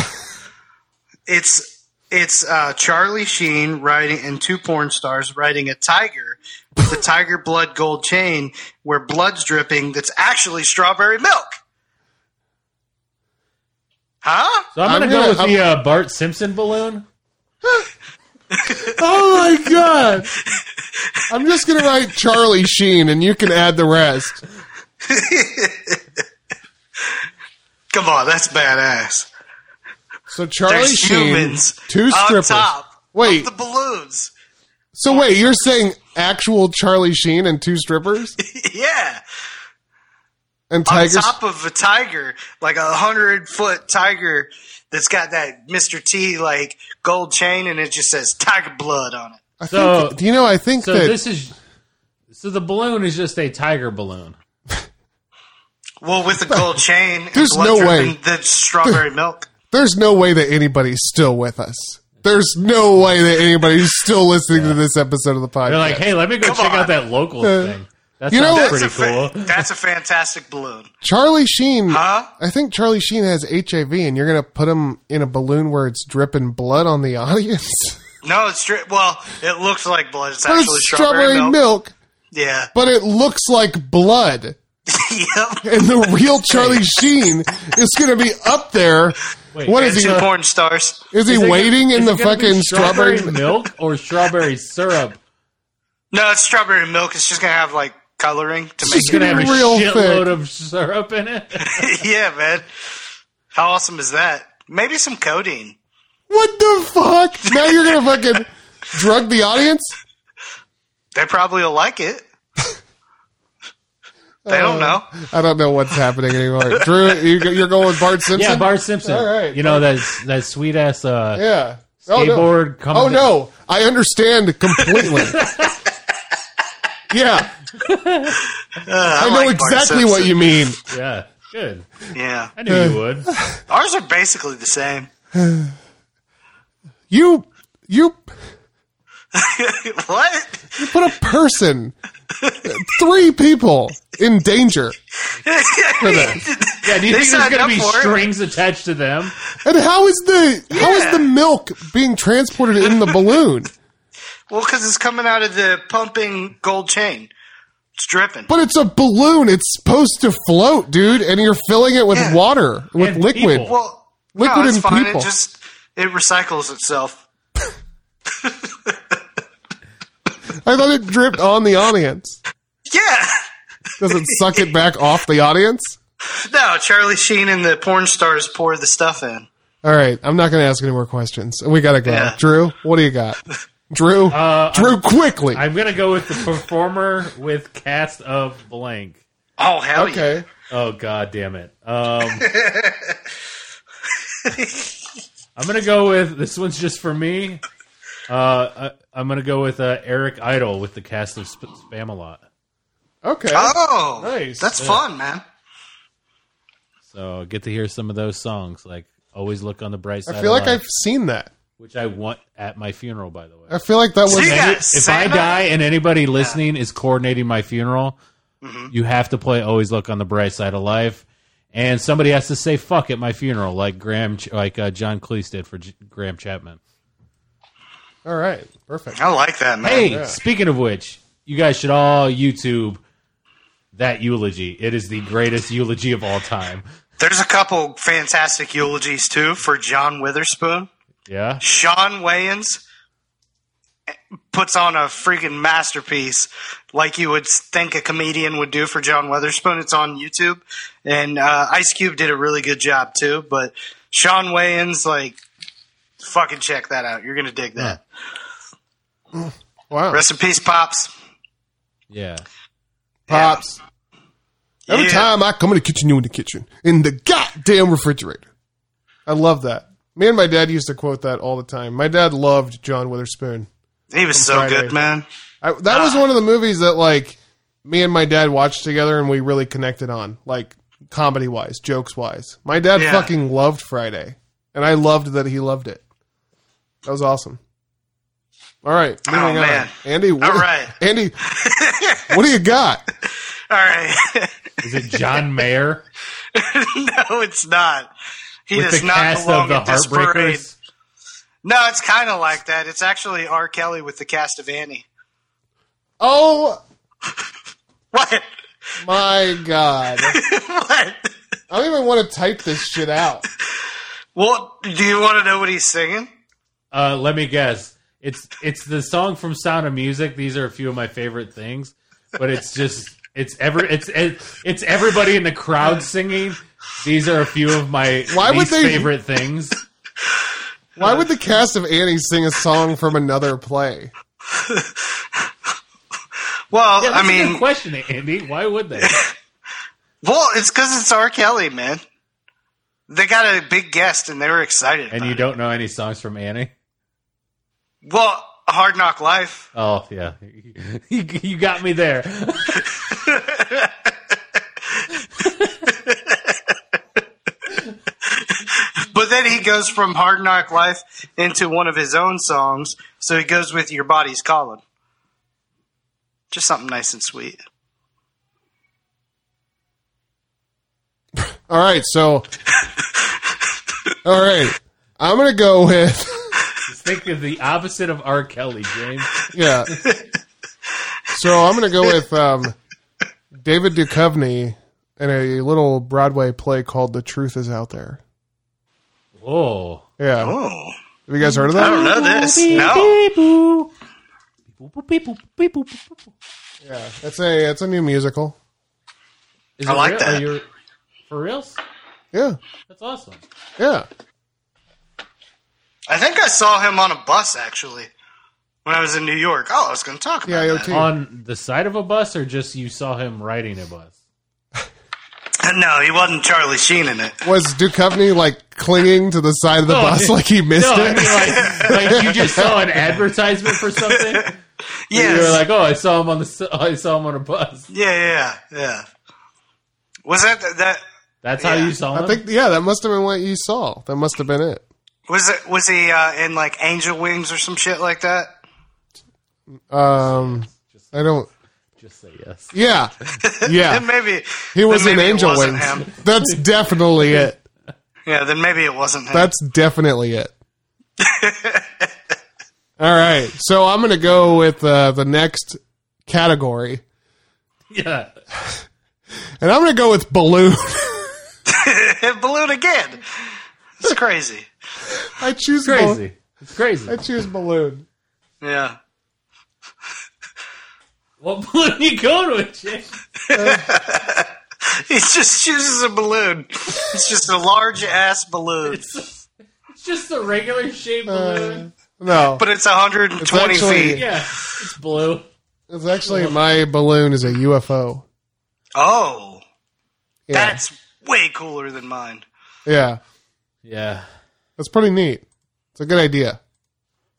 [SPEAKER 3] it's it's uh, Charlie Sheen riding and two porn stars riding a tiger with a tiger blood gold chain where blood's dripping that's actually strawberry milk. Huh?
[SPEAKER 4] So I'm gonna
[SPEAKER 2] I'm
[SPEAKER 4] go
[SPEAKER 2] gonna-
[SPEAKER 4] with the uh, Bart Simpson balloon.
[SPEAKER 2] Oh my god! I'm just gonna write Charlie Sheen, and you can add the rest.
[SPEAKER 3] Come on, that's badass.
[SPEAKER 2] So Charlie
[SPEAKER 3] There's
[SPEAKER 2] Sheen,
[SPEAKER 3] humans
[SPEAKER 2] two
[SPEAKER 3] on
[SPEAKER 2] strippers.
[SPEAKER 3] top
[SPEAKER 2] Wait,
[SPEAKER 3] of the balloons.
[SPEAKER 2] so wait, you're saying actual Charlie Sheen and two strippers?
[SPEAKER 3] yeah.
[SPEAKER 2] And
[SPEAKER 3] on
[SPEAKER 2] tigers.
[SPEAKER 3] top of a tiger, like a hundred foot tiger that's got that Mr. T like gold chain and it just says tiger blood on it.
[SPEAKER 2] I
[SPEAKER 4] So-
[SPEAKER 2] think, you know, I think
[SPEAKER 4] So
[SPEAKER 2] that
[SPEAKER 4] this is so the balloon is just a tiger balloon.
[SPEAKER 3] Well, with the gold chain, and
[SPEAKER 2] There's
[SPEAKER 3] blood
[SPEAKER 2] no
[SPEAKER 3] dripping,
[SPEAKER 2] way.
[SPEAKER 3] the strawberry milk.
[SPEAKER 2] there's no way that anybody's still with us. There's no way that anybody's still listening to this episode of the podcast.
[SPEAKER 4] They're like, hey, let me go
[SPEAKER 3] Come
[SPEAKER 4] check
[SPEAKER 3] on.
[SPEAKER 4] out that local
[SPEAKER 2] Uh,
[SPEAKER 4] thing. That
[SPEAKER 2] you know what-
[SPEAKER 4] sounds pretty
[SPEAKER 3] That's a
[SPEAKER 4] cool.
[SPEAKER 3] fa- That's a fantastic balloon.
[SPEAKER 2] Charlie Sheen.
[SPEAKER 3] Huh?
[SPEAKER 2] I think Charlie Sheen has HIV, and you're gonna put him in a balloon where it's dripping blood on the audience.
[SPEAKER 3] No, it's dri- well, it looks like blood. It's
[SPEAKER 2] But
[SPEAKER 3] actually
[SPEAKER 2] it's
[SPEAKER 3] strawberry,
[SPEAKER 2] strawberry milk.
[SPEAKER 3] milk. Yeah.
[SPEAKER 2] but it looks like blood.
[SPEAKER 3] yep.
[SPEAKER 2] And the real Charlie Sheen is gonna be up there.
[SPEAKER 4] Wait,
[SPEAKER 2] what is
[SPEAKER 3] It's
[SPEAKER 2] he?
[SPEAKER 3] in porn stars.
[SPEAKER 2] Is he
[SPEAKER 4] Is it
[SPEAKER 2] waiting
[SPEAKER 4] gonna-
[SPEAKER 2] in
[SPEAKER 4] is
[SPEAKER 2] the
[SPEAKER 4] it gonna be
[SPEAKER 2] fucking strawberry?
[SPEAKER 4] milk or strawberry syrup?
[SPEAKER 3] No, it's strawberry milk. It's just gonna have like coloring to
[SPEAKER 2] It's
[SPEAKER 4] It's
[SPEAKER 3] make
[SPEAKER 4] gonna have a
[SPEAKER 2] Real
[SPEAKER 4] shitload
[SPEAKER 2] thick.
[SPEAKER 4] of syrup in it.
[SPEAKER 3] it. yeah, man. How awesome is that? Maybe some codeine.
[SPEAKER 2] What the fuck? Now you're gonna fucking drug the audience?
[SPEAKER 3] They probably will like it. they don't know.
[SPEAKER 2] I don't know what's happening anymore. Drew, you, go- you're going with Bart Simpson.
[SPEAKER 4] Yeah, Bart Simpson.
[SPEAKER 2] All right,
[SPEAKER 4] you know that that sweet ass uh,
[SPEAKER 2] Yeah. Oh, no.
[SPEAKER 4] skateboard. coming
[SPEAKER 2] Oh
[SPEAKER 4] to-
[SPEAKER 2] no, I understand completely. yeah,
[SPEAKER 3] Uh,
[SPEAKER 2] I know
[SPEAKER 3] like Bart
[SPEAKER 2] exactly what you mean.
[SPEAKER 4] Yeah, good.
[SPEAKER 3] Simpson. Yeah,
[SPEAKER 4] I knew you would.
[SPEAKER 3] ours are basically the same.
[SPEAKER 2] You you
[SPEAKER 3] what?
[SPEAKER 2] you put a person, three people in danger, for that.
[SPEAKER 4] Yeah, do you
[SPEAKER 3] They
[SPEAKER 4] think there's
[SPEAKER 3] signed
[SPEAKER 4] gonna
[SPEAKER 3] up
[SPEAKER 4] be
[SPEAKER 3] for it.
[SPEAKER 4] strings attached to them?
[SPEAKER 2] and how is the how is the milk being transported in the balloon?
[SPEAKER 3] Well, because it's coming out of the pumping gold chain. It's dripping.
[SPEAKER 2] But it's a balloon; it's supposed to float, dude, and you're filling it with
[SPEAKER 3] Yeah.
[SPEAKER 2] water with
[SPEAKER 4] And
[SPEAKER 2] liquid.
[SPEAKER 4] people.
[SPEAKER 3] well,
[SPEAKER 2] Liquid
[SPEAKER 3] no, it's
[SPEAKER 2] and
[SPEAKER 3] fine.
[SPEAKER 2] people.
[SPEAKER 3] It just it recycles itself.
[SPEAKER 2] I thought it dripped on the audience.
[SPEAKER 3] Yeah.
[SPEAKER 2] Does it suck it back off the audience?
[SPEAKER 3] No, Charlie Sheen and the porn stars pour the stuff in.
[SPEAKER 2] All right, I'm not going to ask any more questions. We got to go.
[SPEAKER 3] Yeah.
[SPEAKER 2] Drew, what do you got? Drew,
[SPEAKER 4] Uh,
[SPEAKER 2] Drew, quickly.
[SPEAKER 4] I'm gonna go with the performer with cast of blank.
[SPEAKER 3] Oh hell yeah!
[SPEAKER 2] okay,
[SPEAKER 4] Oh god damn it. Um I'm gonna go with this one's just for me. Uh, I, I'm gonna go with uh, Eric Idle with the cast of Sp- Spamalot.
[SPEAKER 2] okay.
[SPEAKER 3] Oh,
[SPEAKER 2] Nice.
[SPEAKER 3] That's
[SPEAKER 2] Yeah.
[SPEAKER 3] fun, man.
[SPEAKER 4] So I get to hear some of those songs, like "Always Look on the Bright Side."
[SPEAKER 2] I feel
[SPEAKER 4] of
[SPEAKER 2] like
[SPEAKER 4] Life,
[SPEAKER 2] I've seen that.
[SPEAKER 4] which I want at my funeral. By the way,
[SPEAKER 2] I feel like that was.
[SPEAKER 3] See ya.
[SPEAKER 4] if I
[SPEAKER 3] Santa?
[SPEAKER 4] die and anybody listening is coordinating my funeral,
[SPEAKER 3] Mm-hmm.
[SPEAKER 4] you have to play "Always Look on the Bright Side of Life," and somebody has to say "fuck" at my funeral, like Graham, Ch- like uh, John Cleese did for J- Graham Chapman.
[SPEAKER 2] All right, perfect.
[SPEAKER 3] I like that, man.
[SPEAKER 4] Hey, speaking of which, you guys should all YouTube that eulogy. It is the greatest eulogy of all time.
[SPEAKER 3] There's a couple fantastic eulogies too for John Witherspoon.
[SPEAKER 4] Yeah,
[SPEAKER 3] Sean Wayans puts on a freaking masterpiece, like you would think a comedian would do for John Witherspoon. It's on YouTube, and uh, Ice Cube did a really good job too. But Sean Wayans, like, fucking check that out. You're gonna dig that.
[SPEAKER 2] Wow,
[SPEAKER 3] Rest in peace, pops.
[SPEAKER 4] yeah.
[SPEAKER 2] pops. Every
[SPEAKER 3] Yeah.
[SPEAKER 2] time I come in the kitchen, you in the kitchen in the goddamn refrigerator. I love that. Me and my dad used to quote that all the time. My dad loved John Witherspoon.
[SPEAKER 3] He was so
[SPEAKER 2] Friday.
[SPEAKER 3] good, man.
[SPEAKER 2] I, that
[SPEAKER 3] Ah.
[SPEAKER 2] was one of the movies that like me and my dad watched together and we really connected on like comedy wise jokes wise my dad
[SPEAKER 3] Yeah.
[SPEAKER 2] fucking loved friday and i loved that he loved it that was awesome all right moving on.
[SPEAKER 3] Oh, man.
[SPEAKER 2] andy what,
[SPEAKER 3] All right.
[SPEAKER 2] andy what do you got
[SPEAKER 3] All right.
[SPEAKER 4] Is it John Mayer
[SPEAKER 3] no, it's not. He
[SPEAKER 4] with
[SPEAKER 3] does
[SPEAKER 4] the
[SPEAKER 3] not
[SPEAKER 4] cast
[SPEAKER 3] belong
[SPEAKER 4] of the
[SPEAKER 3] at this parade.
[SPEAKER 4] Heartbreakers?
[SPEAKER 3] No, it's kind of like that. It's actually R. Kelly with the cast of Annie.
[SPEAKER 2] oh
[SPEAKER 3] What?
[SPEAKER 2] my god
[SPEAKER 3] what?
[SPEAKER 2] i don't even want to type this shit out
[SPEAKER 3] Well, do you want to know what he's singing?
[SPEAKER 4] Uh, let me guess. It's it's the song from Sound of Music. These are a few of my favorite things, but it's just it's ever it's it, it's everybody in the crowd singing. These are a few of my
[SPEAKER 2] Why would
[SPEAKER 4] least
[SPEAKER 2] they-
[SPEAKER 4] favorite things.
[SPEAKER 2] why would the cast of annie sing a song from another play
[SPEAKER 3] Well,
[SPEAKER 4] Yeah,
[SPEAKER 3] I
[SPEAKER 4] that's a good
[SPEAKER 3] mean,
[SPEAKER 4] question, Andy. Why would they?
[SPEAKER 3] Well, it's because it's R. Kelly, man. They got a big guest and they were excited.
[SPEAKER 4] And
[SPEAKER 3] about
[SPEAKER 4] you
[SPEAKER 3] it.
[SPEAKER 4] don't know any songs from Annie?
[SPEAKER 3] Well, Hard Knock Life.
[SPEAKER 4] Oh yeah, you, you got me there.
[SPEAKER 3] But then he goes from Hard Knock Life into one of his own songs. So he goes with Your Body's Calling. Just something nice and sweet.
[SPEAKER 2] All right, so. All right. I'm going to go with.
[SPEAKER 4] Just think of the opposite of R. Kelly, James.
[SPEAKER 2] Yeah. So I'm going to go with um, David Duchovny in a little Broadway play called "The Truth Is Out There."
[SPEAKER 4] Whoa.
[SPEAKER 2] Yeah,
[SPEAKER 3] Oh,
[SPEAKER 2] have you guys heard of
[SPEAKER 3] I
[SPEAKER 2] that?
[SPEAKER 3] don't know this. No.
[SPEAKER 4] Beep-boop. Beep-boop, beep-boop, beep-boop, beep-boop.
[SPEAKER 2] Yeah, it's a it's a new musical.
[SPEAKER 4] Is
[SPEAKER 3] I
[SPEAKER 4] it
[SPEAKER 3] like
[SPEAKER 4] real?
[SPEAKER 3] that.
[SPEAKER 4] Are you- for reals?
[SPEAKER 2] Yeah,
[SPEAKER 4] That's awesome.
[SPEAKER 2] yeah.
[SPEAKER 3] I think I saw him on a bus, actually, when I was in New York. Oh, I was going to talk about
[SPEAKER 2] TIOT.
[SPEAKER 3] that.
[SPEAKER 4] On the side of a bus, or just you saw him riding a bus?
[SPEAKER 3] No, he wasn't Charlie Sheen in it.
[SPEAKER 2] Was Duchovny like clinging to the side of the bus like he missed
[SPEAKER 4] No, I
[SPEAKER 2] it?
[SPEAKER 4] mean like, like you just saw an advertisement for something. and You were
[SPEAKER 3] Yes.
[SPEAKER 4] like, oh, I saw him on the, s- I saw him on a bus.
[SPEAKER 3] yeah, yeah, yeah. Was that that?
[SPEAKER 4] That's how
[SPEAKER 3] Yeah.
[SPEAKER 4] you saw him.
[SPEAKER 2] I think yeah, that must have been what you saw. That must have been it.
[SPEAKER 3] Was it? Was he uh, in like Angel Wings or some shit like that?
[SPEAKER 2] Um, I don't.
[SPEAKER 4] just say yes.
[SPEAKER 2] Yeah, yeah.
[SPEAKER 3] Then maybe
[SPEAKER 2] He was
[SPEAKER 3] then
[SPEAKER 2] in
[SPEAKER 3] maybe it
[SPEAKER 2] Angel
[SPEAKER 3] wasn't
[SPEAKER 2] Wings.
[SPEAKER 3] him.
[SPEAKER 2] That's definitely it.
[SPEAKER 3] Yeah, then maybe it wasn't him.
[SPEAKER 2] That's definitely it. All right, so I'm going to go with uh, the next category,
[SPEAKER 4] Yeah.
[SPEAKER 2] and I'm going to go with balloon.
[SPEAKER 3] it ballooned again. It's crazy.
[SPEAKER 2] I choose
[SPEAKER 4] Crazy. It's crazy.
[SPEAKER 2] Balloon. I choose balloon.
[SPEAKER 3] Yeah.
[SPEAKER 4] What balloon you going with, Jay?
[SPEAKER 3] He just chooses a balloon. It's just a large ass balloon,
[SPEAKER 4] It's, it's just a regular shaped
[SPEAKER 2] Uh,
[SPEAKER 4] balloon.
[SPEAKER 2] No,
[SPEAKER 3] but it's 120
[SPEAKER 2] It's actually-
[SPEAKER 3] feet.
[SPEAKER 4] yeah, it's blue.
[SPEAKER 2] it's actually my balloon is a UFO.
[SPEAKER 3] Oh,
[SPEAKER 2] Yeah.
[SPEAKER 3] that's way cooler than mine.
[SPEAKER 2] yeah,
[SPEAKER 4] Yeah.
[SPEAKER 2] that's pretty neat. It's a good idea.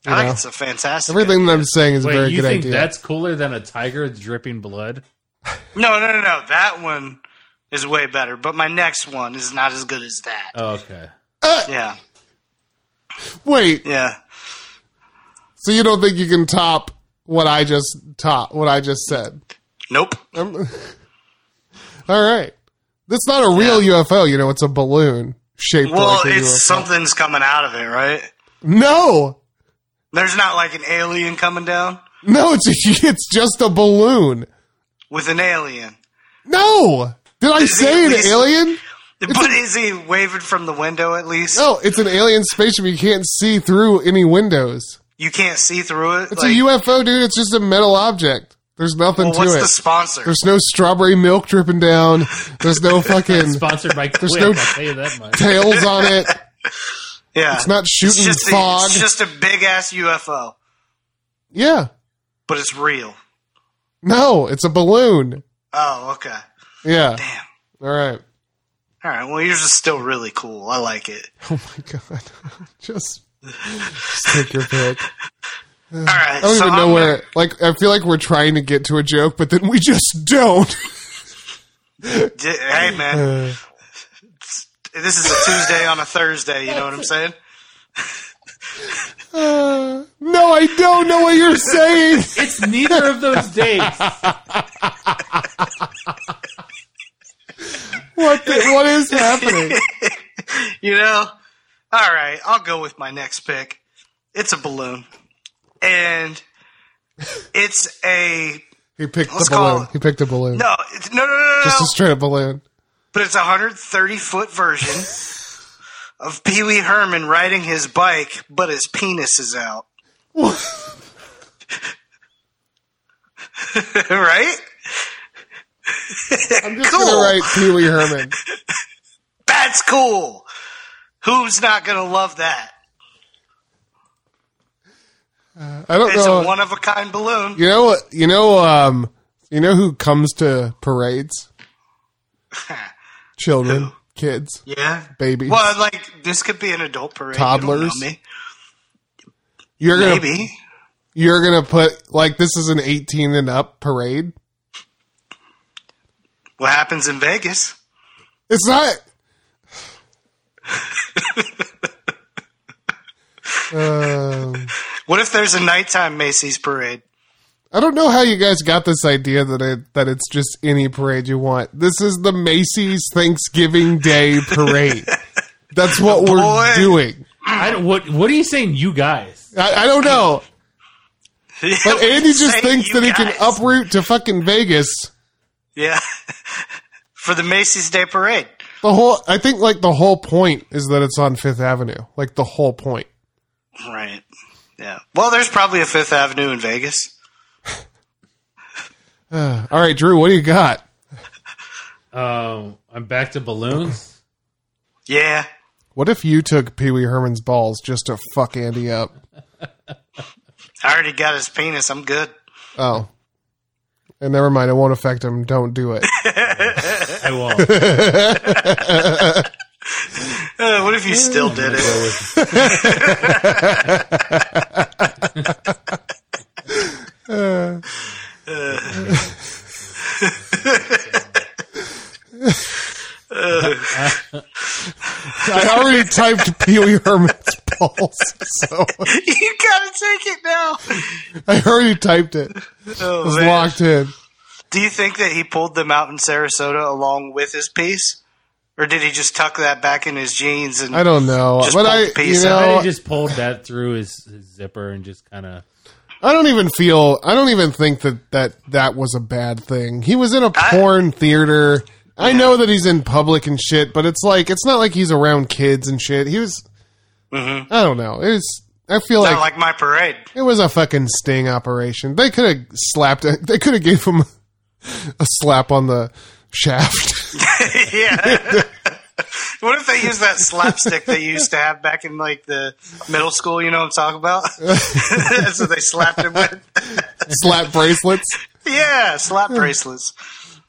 [SPEAKER 3] I think
[SPEAKER 2] know.
[SPEAKER 3] it's a fantastic.
[SPEAKER 2] Everything that I'm saying is a
[SPEAKER 4] Wait,
[SPEAKER 2] very
[SPEAKER 4] you
[SPEAKER 2] good
[SPEAKER 4] think
[SPEAKER 2] idea.
[SPEAKER 4] that's cooler than a tiger that's dripping blood?
[SPEAKER 3] No, no, no, no. That one is way better, but my next one is not as good as that.
[SPEAKER 4] Oh, okay.
[SPEAKER 3] Yeah,
[SPEAKER 2] Wait,
[SPEAKER 3] yeah.
[SPEAKER 2] so you don't think you can top what I just top what I just said?
[SPEAKER 3] Nope.
[SPEAKER 2] I'm- all right, that's not a real UFO. You know, it's a balloon shaped
[SPEAKER 3] Well,
[SPEAKER 2] like a
[SPEAKER 3] it's
[SPEAKER 2] UFO.
[SPEAKER 3] something's coming out of it, right?
[SPEAKER 2] no,
[SPEAKER 3] There's not like an alien coming down
[SPEAKER 2] No, it's it's just a balloon.
[SPEAKER 3] with an alien.
[SPEAKER 2] No, did I say an
[SPEAKER 3] least-
[SPEAKER 2] alien?
[SPEAKER 3] But is he waving from the window at least?
[SPEAKER 2] No, it's an alien spaceship. You can't see through any windows.
[SPEAKER 3] You can't see through it.
[SPEAKER 2] It's
[SPEAKER 3] like,
[SPEAKER 2] a UFO, dude. It's just a metal object. There's nothing
[SPEAKER 3] well,
[SPEAKER 2] to
[SPEAKER 3] what's
[SPEAKER 2] it.
[SPEAKER 3] the sponsor?
[SPEAKER 2] There's no strawberry milk dripping down. There's no fucking
[SPEAKER 4] Sponsored by Quick,
[SPEAKER 2] no-
[SPEAKER 4] I'll tell you that much.
[SPEAKER 2] tails on it.
[SPEAKER 3] yeah,
[SPEAKER 2] It's not shooting
[SPEAKER 3] just a-
[SPEAKER 2] fog.
[SPEAKER 3] it's just a big ass UFO,
[SPEAKER 2] yeah.
[SPEAKER 3] but it's real.
[SPEAKER 2] No, it's a balloon.
[SPEAKER 3] Oh, okay.
[SPEAKER 2] Yeah.
[SPEAKER 3] Damn.
[SPEAKER 2] All right.
[SPEAKER 3] All right. Well, yours is still really cool. I like it.
[SPEAKER 2] Oh my god. just, just take your pick.
[SPEAKER 3] All right.
[SPEAKER 2] I don't
[SPEAKER 3] so
[SPEAKER 2] even know
[SPEAKER 3] I'm
[SPEAKER 2] where. Like, I feel like we're trying to get to a joke, but then we just don't.
[SPEAKER 3] D- Hey, man. This is a Tuesday on a Thursday, you know what I'm saying?
[SPEAKER 2] Uh, no, I don't know what you're saying.
[SPEAKER 4] It's neither of those days.
[SPEAKER 2] What the, what is happening?
[SPEAKER 3] You know? All right, I'll go with my next pick. It's a balloon. And it's a.
[SPEAKER 2] He picked
[SPEAKER 3] Let's
[SPEAKER 2] the balloon.
[SPEAKER 3] call-
[SPEAKER 2] He picked a balloon.
[SPEAKER 3] No, it's, no, no, no, no.
[SPEAKER 2] Just
[SPEAKER 3] no.
[SPEAKER 2] a straight up balloon.
[SPEAKER 3] But it's a 130 foot version of Pee Wee Herman riding his bike, but his penis is out. right?
[SPEAKER 2] I'm just
[SPEAKER 3] Cool.
[SPEAKER 2] gonna write Pee Wee Herman.
[SPEAKER 3] That's cool. Who's not going to love that?
[SPEAKER 2] I don't
[SPEAKER 3] It's
[SPEAKER 2] know.
[SPEAKER 3] a one of a kind balloon.
[SPEAKER 2] you know. You know. Um. You know who comes to parades? Children, kids,
[SPEAKER 3] yeah.
[SPEAKER 2] babies.
[SPEAKER 3] Well, like this could be an adult parade. You don't know
[SPEAKER 2] Toddlers?
[SPEAKER 3] me.
[SPEAKER 2] You're gonna
[SPEAKER 3] Maybe.
[SPEAKER 2] you're gonna put like this is an 18 and up parade.
[SPEAKER 3] What happens in Vegas?
[SPEAKER 2] It's not. Um,
[SPEAKER 3] What if there's a nighttime Macy's parade?
[SPEAKER 2] I don't know how you guys got this idea that it that it's just any parade you want. This is the Macy's Thanksgiving Day parade. That's what we're
[SPEAKER 3] Boy.
[SPEAKER 2] doing.
[SPEAKER 4] I don't, what what are you saying, you guys?
[SPEAKER 2] I, I don't know. But Andy just
[SPEAKER 3] Say
[SPEAKER 2] thinks
[SPEAKER 3] you
[SPEAKER 2] that he can
[SPEAKER 3] guys.
[SPEAKER 2] uproot to fucking Vegas.
[SPEAKER 3] Yeah. For the Macy's Day Parade.
[SPEAKER 2] The whole I think like the whole point is that it's on Fifth Avenue. Like the whole point.
[SPEAKER 3] Right. Yeah. Well, there's probably a Fifth Avenue in Vegas.
[SPEAKER 2] All right, Drew, what do you got?
[SPEAKER 4] Um, I'm back to balloons.
[SPEAKER 3] Yeah.
[SPEAKER 2] What if you took Pee Wee Herman's balls just to fuck Andy up?
[SPEAKER 3] I already got his penis. I'm good.
[SPEAKER 2] Oh. And never mind, it won't affect him. Don't do it.
[SPEAKER 4] I won't. Go
[SPEAKER 3] Uh, what if you still did it?
[SPEAKER 4] with-
[SPEAKER 2] I already typed Pee Wee Herman's balls, so
[SPEAKER 3] you gotta take it now.
[SPEAKER 2] I already typed it.
[SPEAKER 3] Oh,
[SPEAKER 2] It's
[SPEAKER 3] man.
[SPEAKER 2] locked in.
[SPEAKER 3] Do you think that he pulled them out in Sarasota along with his piece? Or did he just tuck that back in his jeans and
[SPEAKER 2] I don't know,
[SPEAKER 3] Just
[SPEAKER 2] but
[SPEAKER 3] pull
[SPEAKER 2] I,
[SPEAKER 3] the piece
[SPEAKER 2] you
[SPEAKER 4] I
[SPEAKER 2] know,
[SPEAKER 4] think he just pulled that through his, his zipper and just kind of.
[SPEAKER 2] I don't even feel. I don't even think that that that was a bad thing. He was in a porn theater. I know that he's in public and shit, but it's like it's not like he's around kids and shit. He was. I don't know. It's. I feel
[SPEAKER 3] Mm-hmm. not
[SPEAKER 2] like,
[SPEAKER 3] like my parade?
[SPEAKER 2] it was a fucking sting operation. They could have slapped. it. They could have gave him a slap on the shaft.
[SPEAKER 3] yeah. what if they use that slapstick they used to have back in like the middle school? You know what I'm talking about? so they slapped him with.
[SPEAKER 2] slap bracelets.
[SPEAKER 3] Yeah, slap bracelets.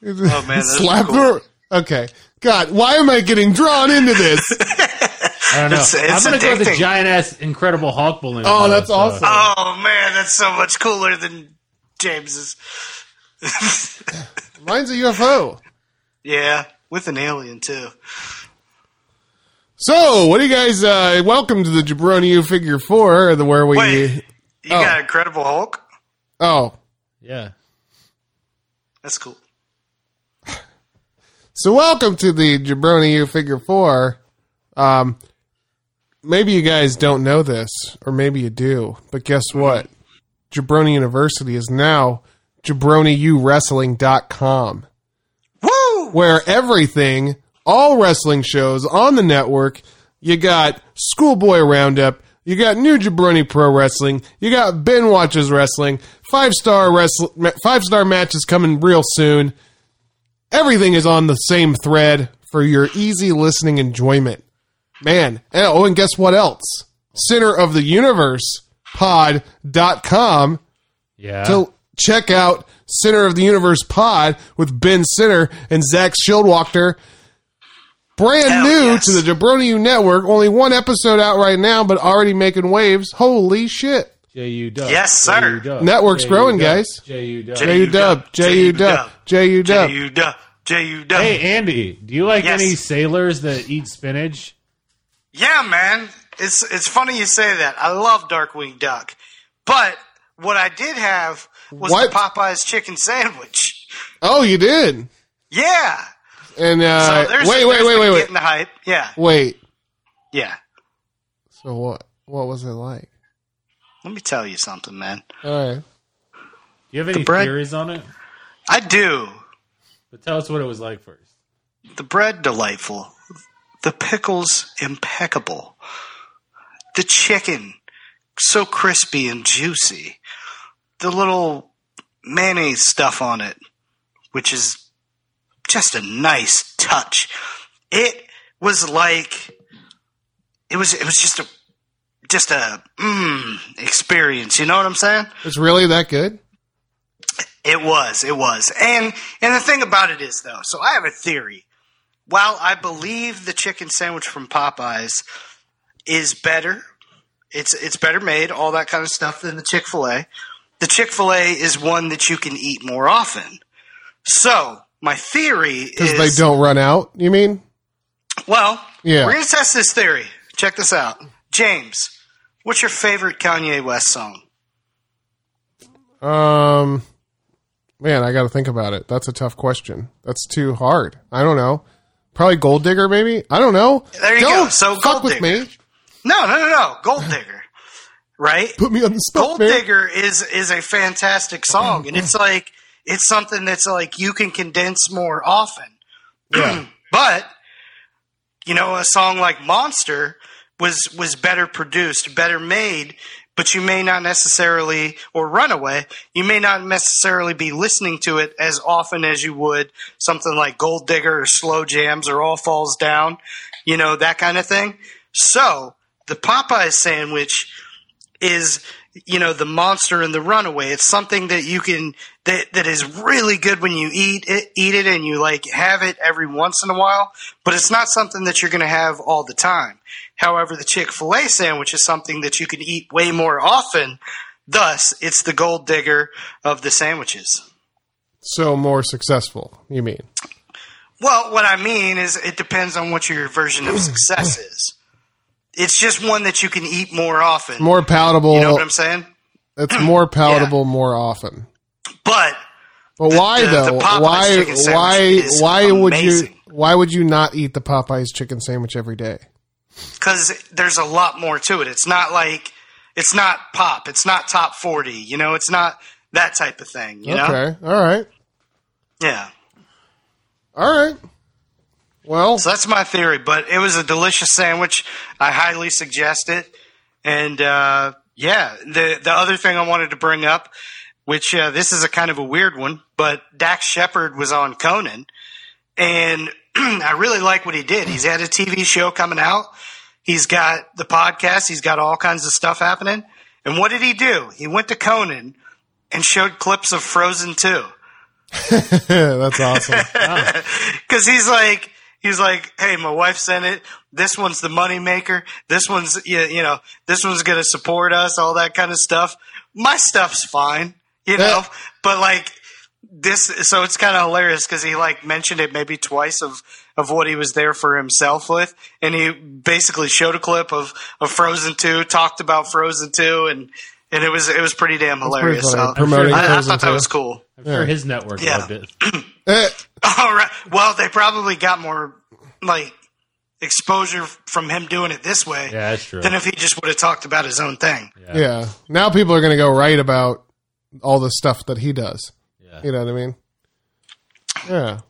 [SPEAKER 2] Oh
[SPEAKER 3] man, those
[SPEAKER 2] slap
[SPEAKER 3] are cool.
[SPEAKER 2] her. Okay, God, why am I getting drawn into this?
[SPEAKER 4] I don't know.
[SPEAKER 3] It's- it's
[SPEAKER 4] I'm gonna go with the
[SPEAKER 3] addicting.
[SPEAKER 4] giant ass Incredible Hulk balloon.
[SPEAKER 2] Oh, that's
[SPEAKER 4] so-
[SPEAKER 2] awesome.
[SPEAKER 3] Oh man, that's so much cooler than James's.
[SPEAKER 2] Mine's a UFO.
[SPEAKER 3] Yeah, with an alien too.
[SPEAKER 2] So, what do you guys? Uh, welcome to the Jabroni U Figure Four, the where we.
[SPEAKER 3] Wait, you
[SPEAKER 2] Oh.
[SPEAKER 3] got Incredible Hulk?
[SPEAKER 2] Oh,
[SPEAKER 4] Yeah.
[SPEAKER 3] That's cool.
[SPEAKER 2] so welcome to the Jabroni U Figure Four. Um, maybe you guys don't know this, or maybe you do, but guess what? Jabroni University is now jabroniuwrestling.com.
[SPEAKER 3] Woo!
[SPEAKER 2] where everything, all wrestling shows on the network, you got Schoolboy Roundup, you got New Jabroni Pro Wrestling, you got Ben Watches Wrestling, five star wrestling, five star matches coming real soon. Everything is on the same thread for your easy listening enjoyment. Man, and- oh, and guess what else? Center of the Universe pod.com
[SPEAKER 4] Yeah.
[SPEAKER 2] to check out Center of the Universe Pod with Ben Sinner and Zach Shieldwalker. Brand
[SPEAKER 3] Hell
[SPEAKER 2] new
[SPEAKER 3] yes.
[SPEAKER 2] to the Jabroni U Network. Only one episode out right now, but already making waves. Holy shit.
[SPEAKER 4] Ju Dub.
[SPEAKER 3] Yes, sir.
[SPEAKER 4] Ju Dub.
[SPEAKER 2] Network's
[SPEAKER 4] Ju
[SPEAKER 2] growing,
[SPEAKER 4] Dub.
[SPEAKER 2] guys.
[SPEAKER 4] Ju Dub.
[SPEAKER 3] Ju-
[SPEAKER 2] J U dub, J U dub, J U dub.
[SPEAKER 3] J U duh. J U duh.
[SPEAKER 4] Hey, Andy, do you like
[SPEAKER 3] Yes.
[SPEAKER 4] any sailors that eat spinach?
[SPEAKER 3] Yeah, man. It's it's funny you say that. I love Darkwing Duck. But what I did have was
[SPEAKER 2] What?
[SPEAKER 3] the Popeye's chicken sandwich.
[SPEAKER 2] Oh, you did.
[SPEAKER 3] Yeah.
[SPEAKER 2] And
[SPEAKER 3] So
[SPEAKER 2] uh,
[SPEAKER 3] there's,
[SPEAKER 2] wait, wait,
[SPEAKER 3] there's
[SPEAKER 2] wait,
[SPEAKER 3] the
[SPEAKER 2] wait, wait,
[SPEAKER 3] Getting the hype. Yeah.
[SPEAKER 2] wait.
[SPEAKER 3] Yeah.
[SPEAKER 2] So what? What was it like?
[SPEAKER 3] Let me tell you something, man.
[SPEAKER 2] All right.
[SPEAKER 4] Do you have any
[SPEAKER 3] bread-
[SPEAKER 4] theories on it?
[SPEAKER 3] I do.
[SPEAKER 4] But tell us what it was like first.
[SPEAKER 3] The bread delightful. The pickles impeccable. The chicken so crispy and juicy. The little mayonnaise stuff on it, which is just a nice touch. It was like it was it was just a just a mm, experience, you know what I'm saying?
[SPEAKER 2] It's really that good?
[SPEAKER 3] It was, it was. And and the thing about it is though, so I have a theory while I believe the chicken sandwich from Popeyes is better, it's it's better made, all that kind of stuff than the Chick Fil A. The Chick Fil A is one that you can eat more often. So my theory
[SPEAKER 2] Because
[SPEAKER 3] is
[SPEAKER 2] they don't run out, you mean?
[SPEAKER 3] Well,
[SPEAKER 2] Yeah.
[SPEAKER 3] we're gonna test this theory. Check this out, James. What's your favorite Kanye West song?
[SPEAKER 2] Um, man, I got to think about it. That's a tough question. That's too hard. I don't know. Probably Gold Digger, maybe. I don't know.
[SPEAKER 3] There you go.
[SPEAKER 2] don't
[SPEAKER 3] So
[SPEAKER 2] fuck
[SPEAKER 3] Gold
[SPEAKER 2] with
[SPEAKER 3] Digger.
[SPEAKER 2] me.
[SPEAKER 3] No, no, no, no. Gold Digger. Right?
[SPEAKER 2] Put me on the spot,
[SPEAKER 3] Gold
[SPEAKER 2] man.
[SPEAKER 3] Digger is is a fantastic song and it's like it's something that's like you can condense more often.
[SPEAKER 2] Yeah.
[SPEAKER 3] But you know, a song like Monster was was better produced, better made, but you may not necessarily or Runaway, you may not necessarily be listening to it as often as you would something like Gold Digger or Slow Jams or All Falls Down, you know, that kind of thing. So, the Popeye sandwich is you know the monster and the runaway it's something that you can that that is really good when you eat it eat it and you like have it every once in a while but it's not something that you're going to have all the time however the chick-fil-a sandwich is something that you can eat way more often thus it's the gold digger of the sandwiches
[SPEAKER 2] So more successful, you mean?
[SPEAKER 3] well, what I mean is it depends on what your version of success is. It's just one that you can eat more often.
[SPEAKER 2] More palatable.
[SPEAKER 3] you know what I'm saying?
[SPEAKER 2] it's more palatable more often.
[SPEAKER 3] But
[SPEAKER 2] But why
[SPEAKER 3] the- the
[SPEAKER 2] though?
[SPEAKER 3] Popeye's
[SPEAKER 2] why?
[SPEAKER 3] chicken sandwich
[SPEAKER 2] Why?
[SPEAKER 3] is
[SPEAKER 2] Why would you?
[SPEAKER 3] amazing.
[SPEAKER 2] Why would you not eat the Popeyes chicken sandwich every day?
[SPEAKER 3] because there's a lot more to it. It's not like it's not pop. It's not top forty. You know, it's not that type of thing. You know,
[SPEAKER 2] Okay. All right.
[SPEAKER 3] yeah.
[SPEAKER 2] All right. Well,
[SPEAKER 3] So that's my theory. But it was a delicious sandwich. I highly suggest it. And uh, yeah, the the other thing I wanted to bring up, which uh, this is a kind of a weird one, but Dax Shepard was on Conan, and I really like what he did. He's had a TV show coming out. He's got the podcast. He's got all kinds of stuff happening. And what did he do? He went to Conan and showed clips of Frozen Two.
[SPEAKER 2] that's awesome.
[SPEAKER 3] Because he's like, he's like, hey, my wife sent it. This one's the moneymaker. This one's, you, you know, this one's going to support us, all that kind of stuff. My stuff's fine, you know, but like this, so it's kind of hilarious because he like mentioned it maybe twice of, of what he was there for himself with. And he basically showed a clip of, of Frozen 2, talked about Frozen 2 and, and it was, it was pretty damn
[SPEAKER 2] pretty
[SPEAKER 3] hilarious.
[SPEAKER 2] funny.
[SPEAKER 3] So
[SPEAKER 2] Promoting
[SPEAKER 3] I, I
[SPEAKER 2] Frozen
[SPEAKER 3] thought that
[SPEAKER 2] 2.
[SPEAKER 3] was cool.
[SPEAKER 4] I'm sure his network
[SPEAKER 3] Yeah.
[SPEAKER 4] loved it.
[SPEAKER 2] Eh,
[SPEAKER 3] All right. Well, they probably got more like exposure from him doing it this way
[SPEAKER 4] Yeah, that's true.
[SPEAKER 3] than if he just would have talked about his own thing.
[SPEAKER 4] yeah.
[SPEAKER 2] yeah. Now people are going to go write about all the stuff that he does.
[SPEAKER 4] Yeah.
[SPEAKER 2] You know what I mean? Yeah.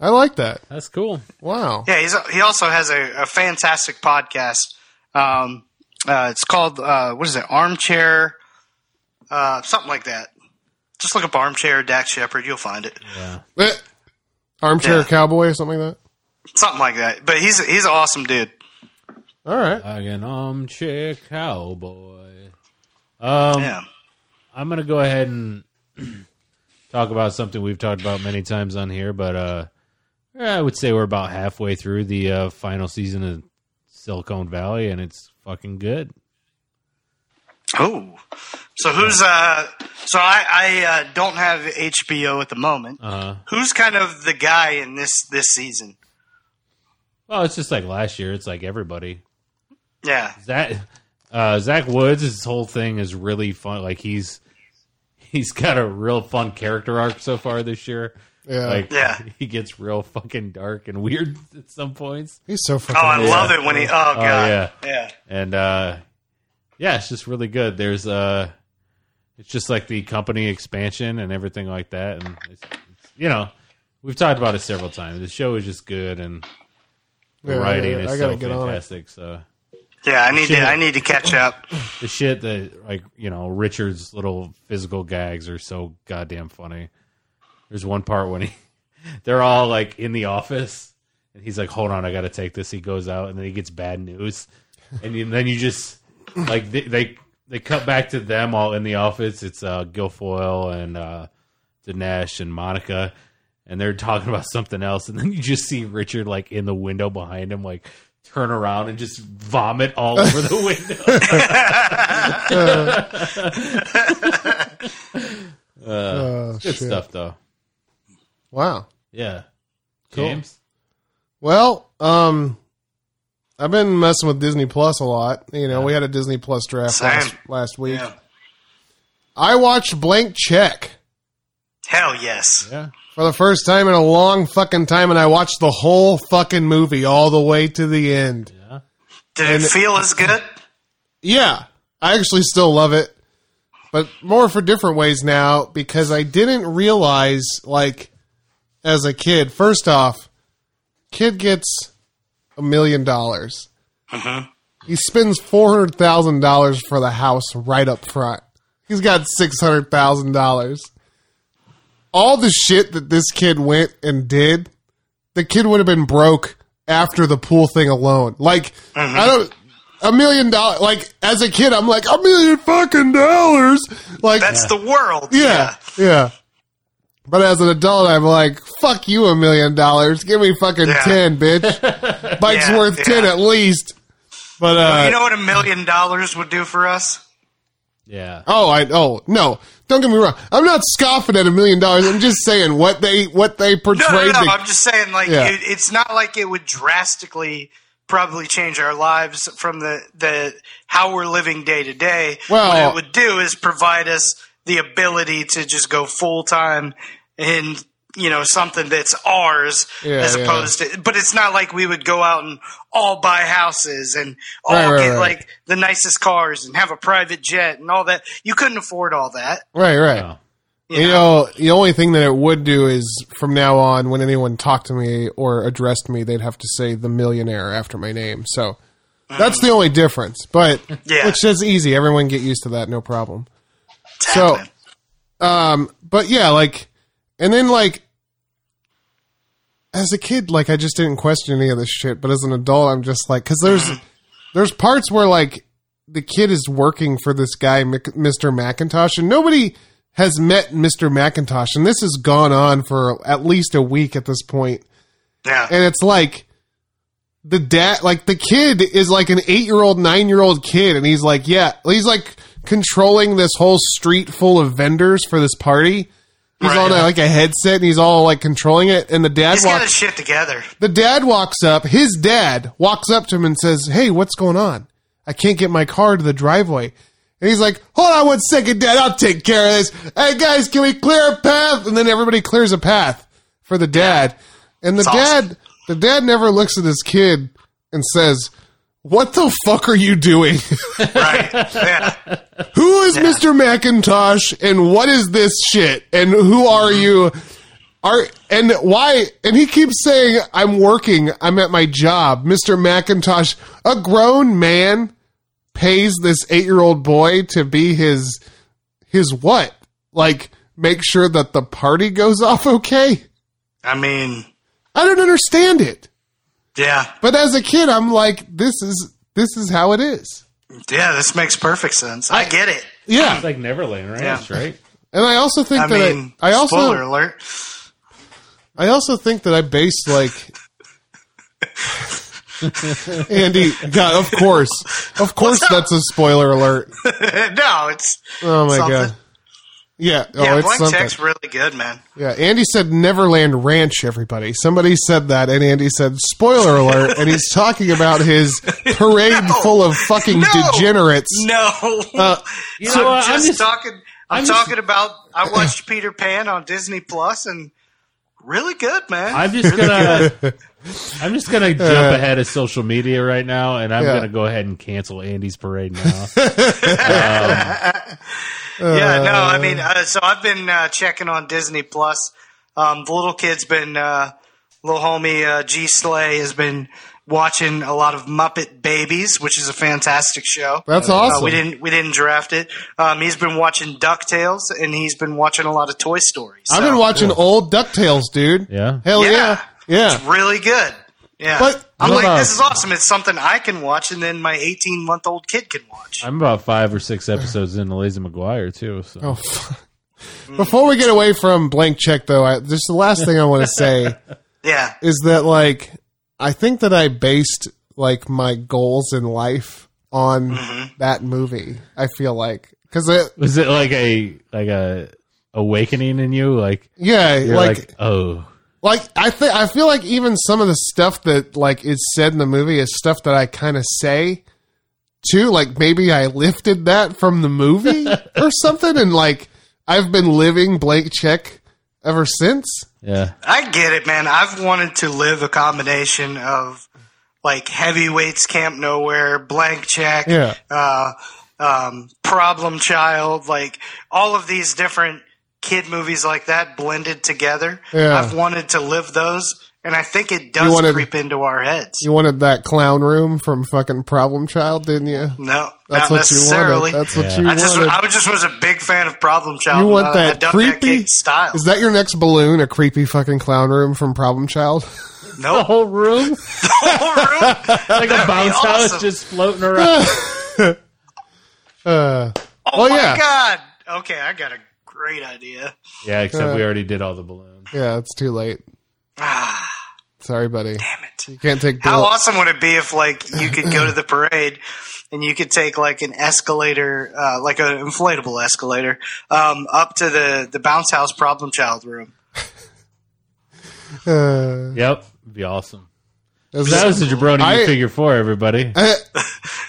[SPEAKER 2] I like that.
[SPEAKER 4] That's cool.
[SPEAKER 2] Wow.
[SPEAKER 3] Yeah, he's he also has a, a fantastic podcast. Um, uh, it's called uh, what is it? Armchair, uh, something like that. Just look up Armchair Dax Shepard, you'll find it.
[SPEAKER 2] Eh, Armchair
[SPEAKER 3] Yeah.
[SPEAKER 2] cowboy or something like
[SPEAKER 3] Something like that. But he's he's an awesome dude.
[SPEAKER 2] that. All right.
[SPEAKER 4] Like an armchair cowboy. Um,
[SPEAKER 3] Yeah.
[SPEAKER 4] I'm gonna go ahead and talk about something we've talked about many times on here, but uh, I would say we're about halfway through the uh, final season of Silicon Valley, and it's fucking good.
[SPEAKER 3] Oh. So who's uh? So I I uh, don't have HBO at the moment.
[SPEAKER 4] Uh,
[SPEAKER 3] Who's kind of the guy in this this season?
[SPEAKER 4] well, it's just like last year. It's like everybody.
[SPEAKER 3] Yeah,
[SPEAKER 4] Zach, uh, Zach Woods, his whole thing is really fun. Like he's he's got a real fun character arc so far this year.
[SPEAKER 2] Yeah.
[SPEAKER 4] Like
[SPEAKER 3] Yeah.
[SPEAKER 4] he gets real fucking dark and weird at some points.
[SPEAKER 2] He's so fucking.
[SPEAKER 3] Oh, I
[SPEAKER 4] Yeah.
[SPEAKER 3] love it when he. Oh god.
[SPEAKER 4] yeah.
[SPEAKER 3] yeah.
[SPEAKER 4] and uh yeah it's just really good there's uh it's just like the company expansion and everything like that and it's, it's, you know we've talked about it several times the show is just good and the
[SPEAKER 2] Yeah, I
[SPEAKER 4] writing
[SPEAKER 2] gotta-
[SPEAKER 4] is
[SPEAKER 2] I
[SPEAKER 4] so
[SPEAKER 2] gotta get on it.
[SPEAKER 4] fantastic so
[SPEAKER 3] Yeah, I need
[SPEAKER 4] Shit.
[SPEAKER 3] to. I need to catch up.
[SPEAKER 4] the shit that like you know richard's little physical gags are so goddamn funny there's one part when he they're all like in the office and he's like hold on i gotta take this he goes out and then he gets bad news and you- then you just like they, they they cut back to them all in the office it's uh guilfoyle and uh dinesh and monica and they're talking about something else, and then you just see Richard like in the window behind him, like turn around and just vomit all over the window.
[SPEAKER 2] Oh,
[SPEAKER 4] Good
[SPEAKER 2] shit.
[SPEAKER 4] stuff, though.
[SPEAKER 2] Wow.
[SPEAKER 4] Yeah,
[SPEAKER 2] Cool.
[SPEAKER 4] James.
[SPEAKER 2] Well, um, I've been messing with Disney Plus a lot. You know, we had a Disney Plus draft
[SPEAKER 3] Same.
[SPEAKER 2] last, last week.
[SPEAKER 3] Yeah.
[SPEAKER 2] I watched Blank Check
[SPEAKER 3] Hell yes.
[SPEAKER 4] Yeah,
[SPEAKER 2] for the first time in a long fucking time, and I watched the whole fucking movie all the way to the end.
[SPEAKER 4] yeah.
[SPEAKER 3] Did it feel as good?
[SPEAKER 2] Yeah, I actually still love it, but more for different ways now because I didn't realize, like, as a kid, first off, kid gets a million dollars. He spends four hundred thousand dollars for the house right up front. He's got six hundred thousand dollars. All the shit that this kid went and did, the kid would have been broke after the pool thing alone. Like I don't a million dollars. Like as a kid, I'm like a million fucking dollars. Like
[SPEAKER 3] That's the world.
[SPEAKER 2] yeah, yeah. But as an adult, I'm like, fuck you, a million dollars. Give me fucking
[SPEAKER 3] Yeah.
[SPEAKER 2] ten, bitch. Bike's
[SPEAKER 3] Yeah,
[SPEAKER 2] worth ten
[SPEAKER 3] yeah.
[SPEAKER 2] at least. But uh,
[SPEAKER 3] You know what a million dollars would do for us?
[SPEAKER 4] yeah.
[SPEAKER 2] oh, I oh no, don't get me wrong. I'm not scoffing at a million dollars. I'm just saying what they what they
[SPEAKER 3] No,
[SPEAKER 2] portrayed.
[SPEAKER 3] no, no.
[SPEAKER 2] the-
[SPEAKER 3] I'm just saying, like,
[SPEAKER 2] Yeah.
[SPEAKER 3] it, it's not like it would drastically probably change our lives from the, the how we're living day to day.
[SPEAKER 2] Well-
[SPEAKER 3] what it would do is provide us the ability to just go full time in you know something that's ours
[SPEAKER 2] Yeah,
[SPEAKER 3] as
[SPEAKER 2] yeah.
[SPEAKER 3] opposed to but it's not like we would go out and all buy houses and all
[SPEAKER 2] Right, right,
[SPEAKER 3] get
[SPEAKER 2] right.
[SPEAKER 3] like the nicest cars and have a private jet and all that you couldn't afford all that
[SPEAKER 2] right, right.
[SPEAKER 4] No.
[SPEAKER 2] You know, the only thing that it would do is from now on, when anyone talked to me or addressed me, they'd have to say the millionaire after my name. So that's the only difference. But
[SPEAKER 3] Mm. Yeah.
[SPEAKER 2] which is easy. Everyone get used to that, no problem. So, um, but yeah, like, and then like, as a kid, like I just didn't question any of this shit. But as an adult, I'm just like, because there's there's parts where like the kid is working for this guy, Mc- Mr. McIntosh, and nobody has met Mr. McIntosh, and this has gone on for at least a week at this point
[SPEAKER 3] yeah
[SPEAKER 2] and it's like the dad like the kid is like an eight year old nine year old kid and he's like yeah he's like controlling this whole street full of vendors for this party he's
[SPEAKER 3] Right,
[SPEAKER 2] on a,
[SPEAKER 3] yeah.
[SPEAKER 2] like a headset and he's all like controlling it and the dad
[SPEAKER 3] he's got
[SPEAKER 2] walks
[SPEAKER 3] his shit together
[SPEAKER 2] the dad walks up his dad walks up to him and says hey what's going on i can't get my car to the driveway and he's like, hold on one second, Dad, I'll take care of this. Hey, guys, can we clear a path? And then everybody clears a path for the dad. And the
[SPEAKER 3] It's
[SPEAKER 2] dad,
[SPEAKER 3] awesome.
[SPEAKER 2] the dad never looks at his kid and says, what the fuck are you doing?
[SPEAKER 3] right yeah
[SPEAKER 2] who is Mr. McIntosh and what is this shit? And who are you? Are and why? And he keeps saying, I'm working, I'm at my job. Mr. McIntosh, a grown man pays this eight year old boy to be his his what? Like make sure that the party goes off okay?
[SPEAKER 3] i mean
[SPEAKER 2] I don't understand it.
[SPEAKER 3] yeah
[SPEAKER 2] But as a kid, I'm like, this is this is how it is.
[SPEAKER 3] Yeah, this makes perfect sense. I, get it.
[SPEAKER 2] Yeah.
[SPEAKER 4] It's like Neverland Ranch,
[SPEAKER 3] Yeah.
[SPEAKER 4] right?
[SPEAKER 2] And I also think
[SPEAKER 3] I
[SPEAKER 2] that
[SPEAKER 3] mean,
[SPEAKER 2] I, I also
[SPEAKER 3] spoiler alert.
[SPEAKER 2] I also think that I based like Andy. God, of course, of course,
[SPEAKER 3] up?
[SPEAKER 2] that's a spoiler alert.
[SPEAKER 3] Uh, no, it's
[SPEAKER 2] Oh my
[SPEAKER 3] Something.
[SPEAKER 2] god. Yeah, oh,
[SPEAKER 3] yeah.
[SPEAKER 2] it's
[SPEAKER 3] Blank
[SPEAKER 2] something.
[SPEAKER 3] check's really good, man.
[SPEAKER 2] Yeah, Andy said Neverland Ranch. Everybody, somebody said that, and Andy said spoiler alert, and he's talking about his parade
[SPEAKER 3] No.
[SPEAKER 2] full of fucking
[SPEAKER 3] No.
[SPEAKER 2] degenerates.
[SPEAKER 3] No,
[SPEAKER 4] You
[SPEAKER 3] I'm
[SPEAKER 4] know what?
[SPEAKER 3] just,
[SPEAKER 4] I'm just
[SPEAKER 3] talking. I'm,
[SPEAKER 4] I'm just-
[SPEAKER 3] talking about. I watched Peter Pan on Disney Plus, and really good, man.
[SPEAKER 4] I'm just gonna I'm just gonna jump ahead of social media right now, and I'm
[SPEAKER 2] Yeah.
[SPEAKER 4] gonna go ahead and cancel Andy's parade now.
[SPEAKER 3] yeah, no, I mean, uh, so I've been uh, checking on Disney Plus. Um, the little kid's been, uh, little homie uh, G Slay has been watching a lot of Muppet Babies, which is a fantastic show.
[SPEAKER 2] That's
[SPEAKER 3] Uh, we
[SPEAKER 2] awesome.
[SPEAKER 3] didn't we didn't draft it. Um, he's been watching Ducktales and he's been watching a lot of Toy Story.
[SPEAKER 2] I've been
[SPEAKER 3] so
[SPEAKER 2] watching old Ducktales, dude.
[SPEAKER 4] Yeah.
[SPEAKER 2] hell
[SPEAKER 3] Yeah.
[SPEAKER 2] yeah, yeah.
[SPEAKER 3] really good. Yeah,
[SPEAKER 2] But-
[SPEAKER 3] I'm
[SPEAKER 4] What
[SPEAKER 3] like,
[SPEAKER 4] about-
[SPEAKER 3] this is awesome. It's something I can watch, and then my 18 month old kid can watch.
[SPEAKER 4] I'm about five or six episodes into Lazy McGuire too. So
[SPEAKER 2] Oh, fuck. Before we get away from blank check, though, I, just the last thing I want to say
[SPEAKER 3] Yeah.
[SPEAKER 2] is that like I think that I based like my goals in life on
[SPEAKER 3] Mm-hmm.
[SPEAKER 2] that movie. I feel like because it,
[SPEAKER 4] Was it like a like a awakening in you? Like
[SPEAKER 2] yeah,
[SPEAKER 4] you're
[SPEAKER 2] like,
[SPEAKER 4] like, oh
[SPEAKER 2] like I think I feel like even some of the stuff that like is said in the movie is stuff that I kind of say too. Like maybe I lifted that from the movie or something, and like I've been living blank check ever since.
[SPEAKER 4] yeah.
[SPEAKER 3] I get it, man. I've wanted to live a combination of like heavyweights, Camp Nowhere, Blank Check,
[SPEAKER 2] Yeah.
[SPEAKER 3] uh, um, Problem Child, like all of these different kid movies like that blended together.
[SPEAKER 2] Yeah.
[SPEAKER 3] I've wanted to live those, and I think it does
[SPEAKER 2] You wanted-
[SPEAKER 3] creep into our heads.
[SPEAKER 2] You wanted that clown room from fucking Problem Child, didn't you?
[SPEAKER 3] no,
[SPEAKER 2] That's what
[SPEAKER 3] not
[SPEAKER 2] you
[SPEAKER 3] necessarily.
[SPEAKER 2] wanted. That's what
[SPEAKER 4] Yeah.
[SPEAKER 2] you
[SPEAKER 3] I just,
[SPEAKER 2] wanted.
[SPEAKER 3] I was- just was a big fan of Problem Child. uh,
[SPEAKER 2] you want
[SPEAKER 3] I- I
[SPEAKER 2] that
[SPEAKER 3] dug
[SPEAKER 2] creepy
[SPEAKER 3] kid's style?
[SPEAKER 2] Is that your next balloon? A creepy fucking clown room from Problem Child?
[SPEAKER 4] The
[SPEAKER 3] no,
[SPEAKER 4] whole room, It's
[SPEAKER 2] Oh,
[SPEAKER 4] like a bounce
[SPEAKER 3] awesome.
[SPEAKER 4] house, just floating around.
[SPEAKER 2] Uh,
[SPEAKER 3] Oh
[SPEAKER 2] Well,
[SPEAKER 3] my
[SPEAKER 2] yeah.
[SPEAKER 3] god! Okay, I got a great idea.
[SPEAKER 4] yeah, except
[SPEAKER 2] Uh,
[SPEAKER 4] we already did all the balloons.
[SPEAKER 2] yeah, it's too late.
[SPEAKER 3] Ah,
[SPEAKER 2] Sorry, buddy.
[SPEAKER 3] damn it.
[SPEAKER 2] You can't take.
[SPEAKER 3] How
[SPEAKER 2] Bill-
[SPEAKER 3] awesome would it be if like you could go to the parade and you could take like an escalator, uh, like an inflatable escalator, um, up to the the bounce house problem child room.
[SPEAKER 2] Uh,
[SPEAKER 4] Yep, be awesome.
[SPEAKER 2] is
[SPEAKER 4] That
[SPEAKER 2] that-
[SPEAKER 4] was the jabroni
[SPEAKER 2] I-
[SPEAKER 4] figure four, everybody.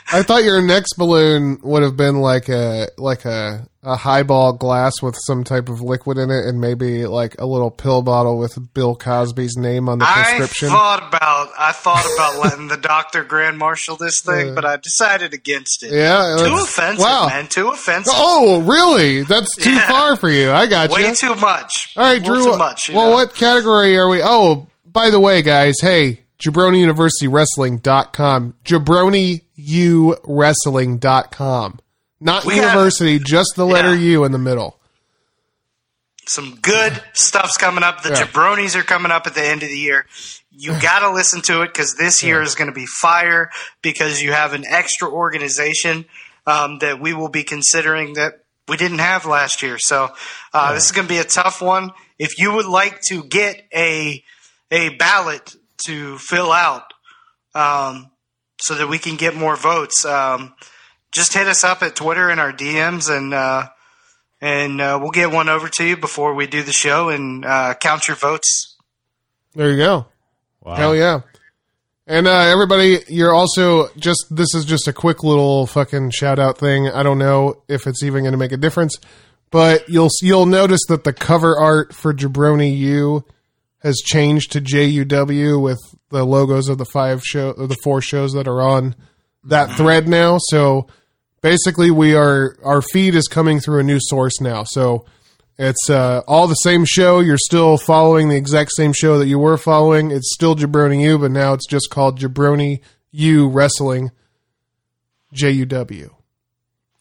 [SPEAKER 2] I thought your next balloon would have been like a like a a highball glass with some type of liquid in it, and maybe like a little pill bottle with Bill Cosby's name on the
[SPEAKER 3] I
[SPEAKER 2] prescription.
[SPEAKER 3] thought about I thought about letting the doctor grand marshal this thing, but I decided against it.
[SPEAKER 2] yeah,
[SPEAKER 3] Too
[SPEAKER 2] that's-
[SPEAKER 3] offensive,
[SPEAKER 2] Wow.
[SPEAKER 3] man. Too offensive.
[SPEAKER 2] Oh, really? That's too
[SPEAKER 3] Yeah.
[SPEAKER 2] far for you. I got
[SPEAKER 3] Way
[SPEAKER 2] you.
[SPEAKER 3] too much.
[SPEAKER 2] All right,
[SPEAKER 3] Way
[SPEAKER 2] Drew.
[SPEAKER 3] Too much. you
[SPEAKER 2] well,
[SPEAKER 3] know?
[SPEAKER 2] what category are we? Oh, by the way, guys, hey, Jabroni University Wrestling.com. Jabroni U Wrestling.com. Not
[SPEAKER 3] We have-
[SPEAKER 2] university, just the letter
[SPEAKER 3] Yeah.
[SPEAKER 2] U in the middle.
[SPEAKER 3] some good stuff's coming up. The
[SPEAKER 2] Yeah.
[SPEAKER 3] jabronis are coming up at the end of the year. You got to listen to it because this year is going to be fire because you have an extra organization um, that we will be considering that we didn't have last year. So uh, this is going to be a tough one. If you would like to get a a ballot to fill out um, so that we can get more votes, um, just hit us up at Twitter and our DMs and. Uh, and uh, we'll get one over to you before we do the show and uh, count your votes.
[SPEAKER 2] There you go.
[SPEAKER 4] Wow.
[SPEAKER 2] Hell yeah. And uh, everybody, you're also just this is just a quick little fucking shout out thing. I don't know if it's even going to make a difference, but you'll you'll notice that the cover art for Jabroni U has changed to JUW with the logos of the five show or the four shows that are on that thread now. So basically, we are our feed is coming through a new source now. So it's uh, all the same show. You're still following the exact same show that you were following. It's still Jabroni U, but now it's just called Jabroni U Wrestling JUW.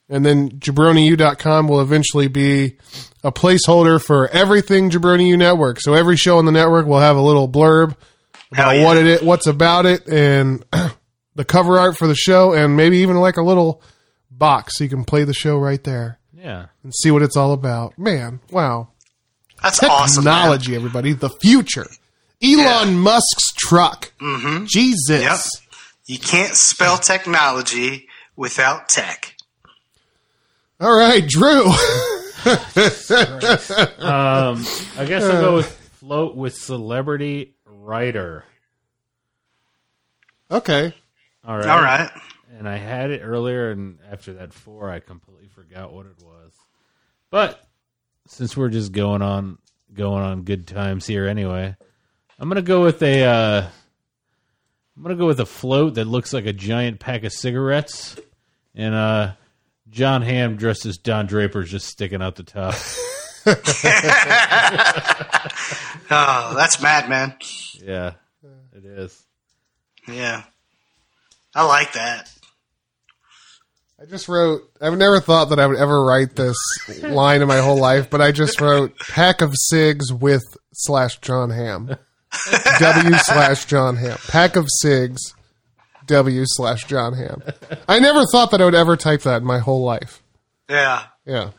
[SPEAKER 2] And then jabroniu.com will eventually be a placeholder for everything Jabroni U Network. So every show on the network will have a little blurb
[SPEAKER 3] Hell
[SPEAKER 2] about
[SPEAKER 3] Oh, yeah.
[SPEAKER 2] what it is, what's about it, and the cover art for the show, and maybe even like a little box so you can play the show right there
[SPEAKER 4] Yeah.
[SPEAKER 2] and see what it's all about. Man, wow.
[SPEAKER 3] That's awesome. man.
[SPEAKER 2] Technology, everybody. The future. Elon Musk's truck. Mm-hmm. Jesus.
[SPEAKER 3] Yep. You can't spell technology without tech.
[SPEAKER 2] All right, Drew.
[SPEAKER 4] Um, I guess I'll
[SPEAKER 2] Uh.
[SPEAKER 4] go with float with celebrity writer.
[SPEAKER 2] okay.
[SPEAKER 4] All right.
[SPEAKER 3] All right.
[SPEAKER 4] And I had it earlier, and after that four, I completely forgot what it was. But since we're just going on going on good times here anyway, I'm gonna go with a. Uh, I'm gonna go with a float that looks like a giant pack of cigarettes, and uh, John Hamm dressed as Don Draper is just sticking out the top.
[SPEAKER 3] Oh, that's mad, man.
[SPEAKER 4] yeah, it is.
[SPEAKER 3] Yeah. I like that.
[SPEAKER 2] I just wrote, I've never thought that I would ever write this line in my whole life, but I just wrote pack of cigs with slash John Ham. W slash John Ham. Pack of cigs. W slash John Ham. I never thought that I would ever type that in my whole life.
[SPEAKER 3] Yeah.
[SPEAKER 2] Yeah.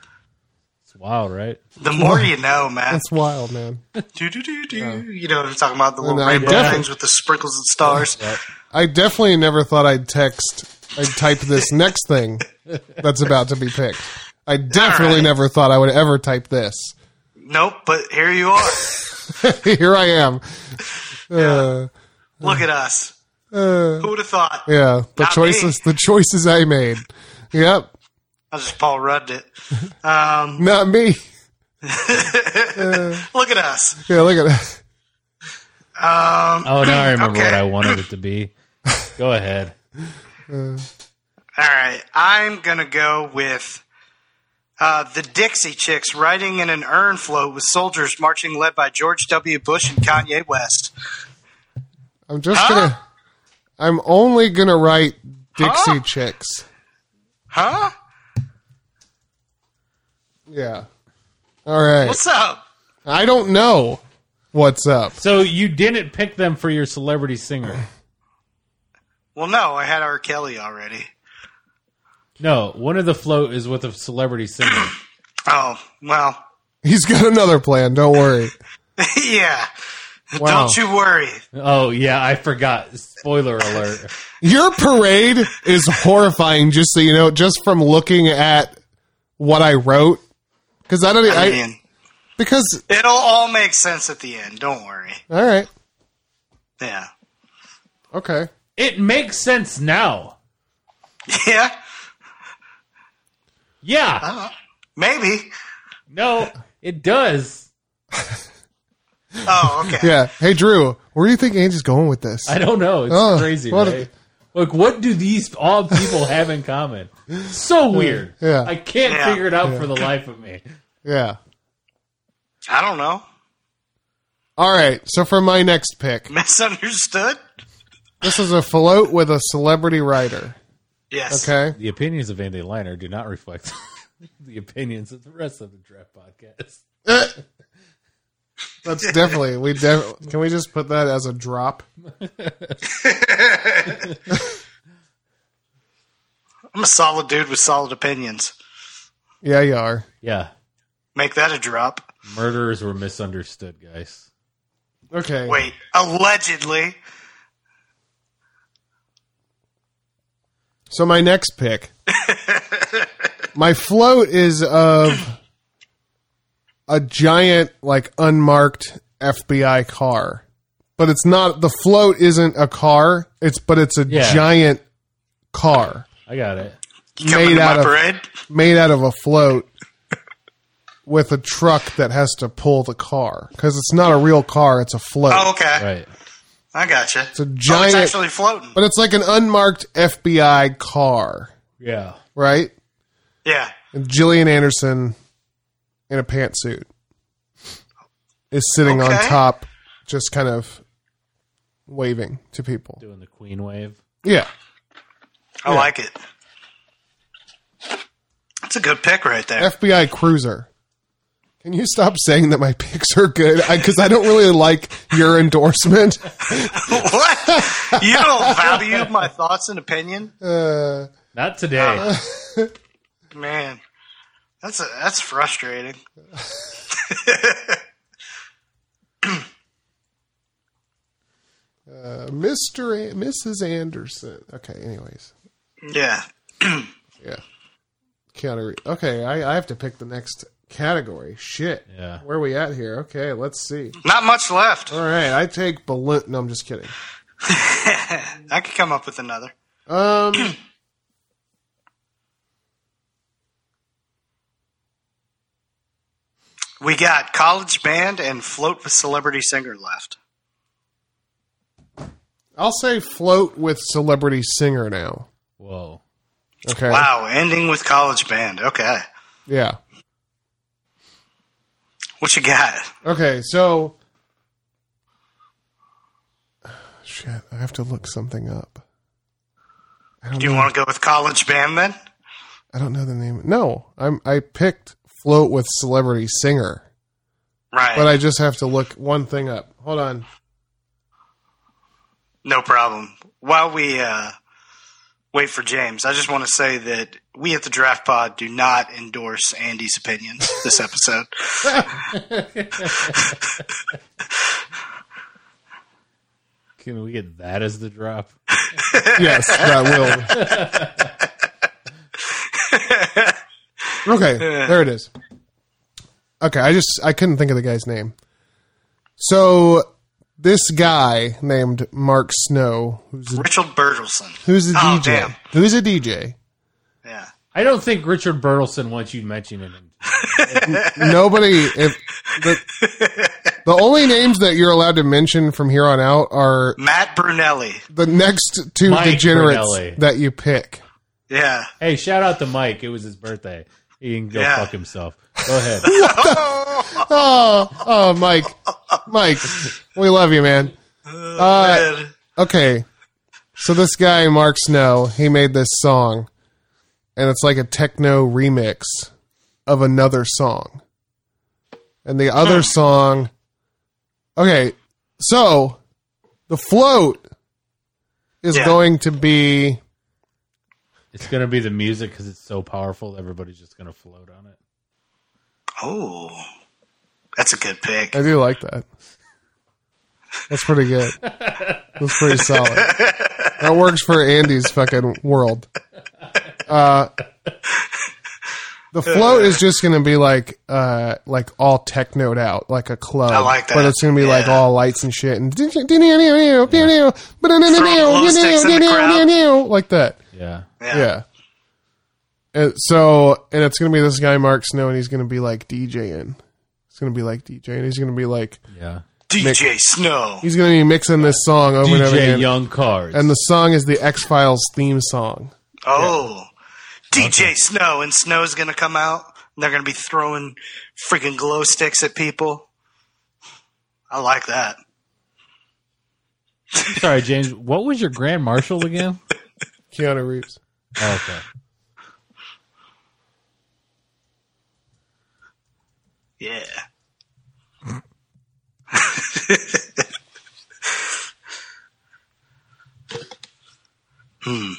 [SPEAKER 4] It's wild, right?
[SPEAKER 3] The more you know, man.
[SPEAKER 2] That's wild, man.
[SPEAKER 3] Do, do, do, do. You know what I'm talking about? The little
[SPEAKER 2] And I
[SPEAKER 3] rainbow
[SPEAKER 2] definitely-
[SPEAKER 3] things with the sprinkles and stars.
[SPEAKER 2] I definitely never thought I'd text, I'd type this next thing that's about to be picked. I definitely
[SPEAKER 3] right.
[SPEAKER 2] never thought I would ever type this.
[SPEAKER 3] Nope, but here you are.
[SPEAKER 2] Here I am. Uh,
[SPEAKER 3] Look at us. Who would have thought?
[SPEAKER 2] yeah, the
[SPEAKER 3] Not
[SPEAKER 2] choices, the choices I made. Yep,
[SPEAKER 3] I just Paul Rudd it.
[SPEAKER 2] not me.
[SPEAKER 3] Look at us.
[SPEAKER 2] Yeah, look at that.
[SPEAKER 4] Oh, now I remember what
[SPEAKER 3] Okay.
[SPEAKER 4] I wanted it to be. Go ahead.
[SPEAKER 3] All right, I'm gonna go with uh, the Dixie Chicks riding in an urn float with soldiers marching, led by George W. Bush and Kanye West.
[SPEAKER 2] I'm just gonna. I'm only gonna write Dixie
[SPEAKER 3] Huh?
[SPEAKER 2] chicks.
[SPEAKER 3] Huh?
[SPEAKER 2] Yeah. All right.
[SPEAKER 3] What's up?
[SPEAKER 2] I don't know what's up.
[SPEAKER 4] So you didn't pick them for your celebrity singer.
[SPEAKER 3] Well, no, I had R. Kelly already.
[SPEAKER 4] No, one of the float is with a celebrity singer.
[SPEAKER 3] Oh well,
[SPEAKER 2] He's got another plan. Don't worry.
[SPEAKER 3] yeah.
[SPEAKER 2] Wow.
[SPEAKER 3] Don't you worry.
[SPEAKER 4] Oh yeah, I forgot. Spoiler alert.
[SPEAKER 2] Your parade is horrifying. Just so you know, just from looking at what I wrote, because I don't.
[SPEAKER 3] I
[SPEAKER 2] I,
[SPEAKER 3] mean,
[SPEAKER 2] because
[SPEAKER 3] it'll all make sense at the end. Don't worry.
[SPEAKER 2] all right.
[SPEAKER 3] Yeah.
[SPEAKER 2] Okay.
[SPEAKER 4] It makes sense now.
[SPEAKER 3] Yeah.
[SPEAKER 4] Yeah.
[SPEAKER 3] Maybe.
[SPEAKER 4] No, it does.
[SPEAKER 3] Oh, okay.
[SPEAKER 2] Yeah. Hey, Drew, where do you think Angie's going with this?
[SPEAKER 4] I don't know. It's
[SPEAKER 2] Oh,
[SPEAKER 4] crazy,
[SPEAKER 2] what-
[SPEAKER 4] right? Like, what do these all people have in common? So weird.
[SPEAKER 2] Yeah.
[SPEAKER 4] I can't
[SPEAKER 3] Yeah.
[SPEAKER 4] figure it out for the life of me.
[SPEAKER 2] yeah.
[SPEAKER 3] I don't know.
[SPEAKER 2] All right. So for my next pick,
[SPEAKER 3] Misunderstood?
[SPEAKER 2] this is a float with a celebrity writer.
[SPEAKER 3] Yes.
[SPEAKER 2] Okay.
[SPEAKER 4] The opinions of Andy Liner do not reflect the opinions of the rest of the Draft Podcast.
[SPEAKER 2] That's definitely we. Def- can we just put that as a drop?
[SPEAKER 3] I'm a solid dude with solid opinions.
[SPEAKER 2] Yeah, you are.
[SPEAKER 4] Yeah,
[SPEAKER 3] Make that a drop.
[SPEAKER 4] murderers were misunderstood, guys.
[SPEAKER 2] Okay.
[SPEAKER 3] Wait, allegedly.
[SPEAKER 2] So my next pick, my float is of a giant, like unmarked FBI car, but it's not. The float isn't a car. It's but it's a
[SPEAKER 4] Yeah.
[SPEAKER 2] giant car
[SPEAKER 4] I got it.
[SPEAKER 3] You coming
[SPEAKER 2] Made
[SPEAKER 3] to
[SPEAKER 2] out
[SPEAKER 3] my
[SPEAKER 2] of-
[SPEAKER 3] parade?
[SPEAKER 2] made out of a float with a truck that has to pull the car because it's not a real car. It's a float.
[SPEAKER 3] Oh, okay.
[SPEAKER 4] Right.
[SPEAKER 3] I gotcha. It's
[SPEAKER 2] a
[SPEAKER 3] Oh,
[SPEAKER 2] giant-
[SPEAKER 3] it's actually floating.
[SPEAKER 2] But it's like an unmarked FBI car,
[SPEAKER 4] Yeah.
[SPEAKER 2] right?
[SPEAKER 3] yeah.
[SPEAKER 2] And Gillian Anderson in a pantsuit is sitting on
[SPEAKER 3] Okay.
[SPEAKER 2] top, just kind of waving to people.
[SPEAKER 4] Doing the Queen wave.
[SPEAKER 2] Yeah.
[SPEAKER 3] I like it. That's a good pick right there.
[SPEAKER 2] FBI Cruiser. Can you stop saying that my picks are good? Because I, don't really like your endorsement.
[SPEAKER 3] what? You don't value my thoughts and opinion?
[SPEAKER 2] Uh,
[SPEAKER 4] Not today.
[SPEAKER 3] Man. That's a, that's frustrating.
[SPEAKER 2] Mr. A- Mrs. Anderson. Okay, anyways.
[SPEAKER 3] Yeah.
[SPEAKER 2] Yeah. Keanu Reeves. Okay, I, I have to pick the next category. Shit.
[SPEAKER 4] Yeah.
[SPEAKER 2] Where are we at here? Okay, let's see.
[SPEAKER 3] Not much left.
[SPEAKER 2] All right, I take balloon. No, I'm just kidding.
[SPEAKER 3] I could come up with another.
[SPEAKER 2] Um.
[SPEAKER 3] We got college band and float with celebrity singer left.
[SPEAKER 2] I'll say float with celebrity singer now.
[SPEAKER 4] Whoa.
[SPEAKER 2] Okay.
[SPEAKER 3] Wow, ending with college band. Okay.
[SPEAKER 2] Yeah.
[SPEAKER 3] What you got?
[SPEAKER 2] Okay, so shit, I have to look something up. I don't
[SPEAKER 3] Do you
[SPEAKER 2] know,
[SPEAKER 3] want to go with college band then?
[SPEAKER 2] I don't know the name. No, I'm I picked float with celebrity singer,
[SPEAKER 3] Right.
[SPEAKER 2] but I just have to look one thing up. Hold on.
[SPEAKER 3] no problem. While we uh, wait for James, I just want to say that we at the Draft Pod do not endorse Andy's opinions this episode.
[SPEAKER 4] Can we get that as the drop?
[SPEAKER 2] yes, that will. okay, there it is. Okay, I just I couldn't think of the guy's name. So this guy named Mark Snow, who's a,
[SPEAKER 3] Richard Bertelson.
[SPEAKER 2] who's a
[SPEAKER 3] Oh,
[SPEAKER 2] DJ,
[SPEAKER 3] damn.
[SPEAKER 2] who's a DJ.
[SPEAKER 3] Yeah.
[SPEAKER 4] I don't think Richard Burleson wants you mentioning him.
[SPEAKER 2] Nobody, if the, the only names that you're allowed to mention from here on out are
[SPEAKER 3] Matt Brunelli.
[SPEAKER 2] the next two
[SPEAKER 4] Mike
[SPEAKER 2] degenerates
[SPEAKER 4] Brunelli.
[SPEAKER 2] that you pick.
[SPEAKER 3] Yeah.
[SPEAKER 4] Hey, shout out to Mike. It was his birthday. He can go
[SPEAKER 3] Yeah.
[SPEAKER 4] fuck himself. Go ahead.
[SPEAKER 2] Oh, oh, Mike, Mike, we love you, man. Uh,
[SPEAKER 3] Man.
[SPEAKER 2] okay, so this guy Mark Snow, he made this song, and it's like a techno remix of another song, and the other song. Okay, so the float is
[SPEAKER 3] Yeah.
[SPEAKER 2] going to be
[SPEAKER 4] It's gonna be the music because it's so powerful. Everybody's just gonna float on it.
[SPEAKER 3] Oh, that's a good pick.
[SPEAKER 2] I do like that. That's pretty good. That's pretty solid. That works for Andy's fucking world. Uh, the float is just going to be like, uh, like all technoed out, like a club.
[SPEAKER 3] I like that.
[SPEAKER 2] But it's going to be like
[SPEAKER 3] Yeah.
[SPEAKER 2] all lights and shit, and like
[SPEAKER 3] glow sticks in the crowd.
[SPEAKER 2] that.
[SPEAKER 4] Yeah.
[SPEAKER 3] Yeah.
[SPEAKER 2] Yeah. And so, and it's gonna be this guy Mark Snow, and he's gonna be like DJing. It's gonna be like DJing. He's gonna be like
[SPEAKER 4] Yeah.
[SPEAKER 3] DJ Snow.
[SPEAKER 2] he's gonna be mixing this song over and over
[SPEAKER 4] DJ
[SPEAKER 2] again.
[SPEAKER 4] Young Cards.
[SPEAKER 2] And the song is the X Files theme song.
[SPEAKER 3] Oh, DJ Snow. And Snow's going to come out. And they're going to be throwing freaking glow sticks at people. I like that.
[SPEAKER 4] Sorry, James. What was your Grand Marshal again?
[SPEAKER 2] Keanu Reeves.
[SPEAKER 4] Oh, okay.
[SPEAKER 3] Yeah. hmm.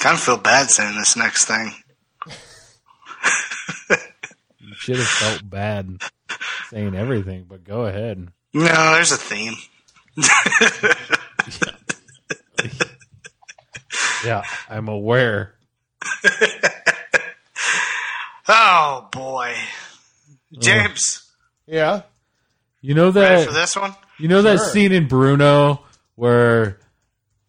[SPEAKER 3] Kind of feel bad saying this next thing.
[SPEAKER 4] You should have felt bad saying everything, but go ahead.
[SPEAKER 3] No, there's a theme.
[SPEAKER 4] Yeah, I'm aware.
[SPEAKER 3] Oh boy, James,
[SPEAKER 2] Yeah.
[SPEAKER 4] You know
[SPEAKER 3] ready for
[SPEAKER 4] that
[SPEAKER 3] this one?
[SPEAKER 4] you know that
[SPEAKER 2] Sure.
[SPEAKER 4] scene in Bruno where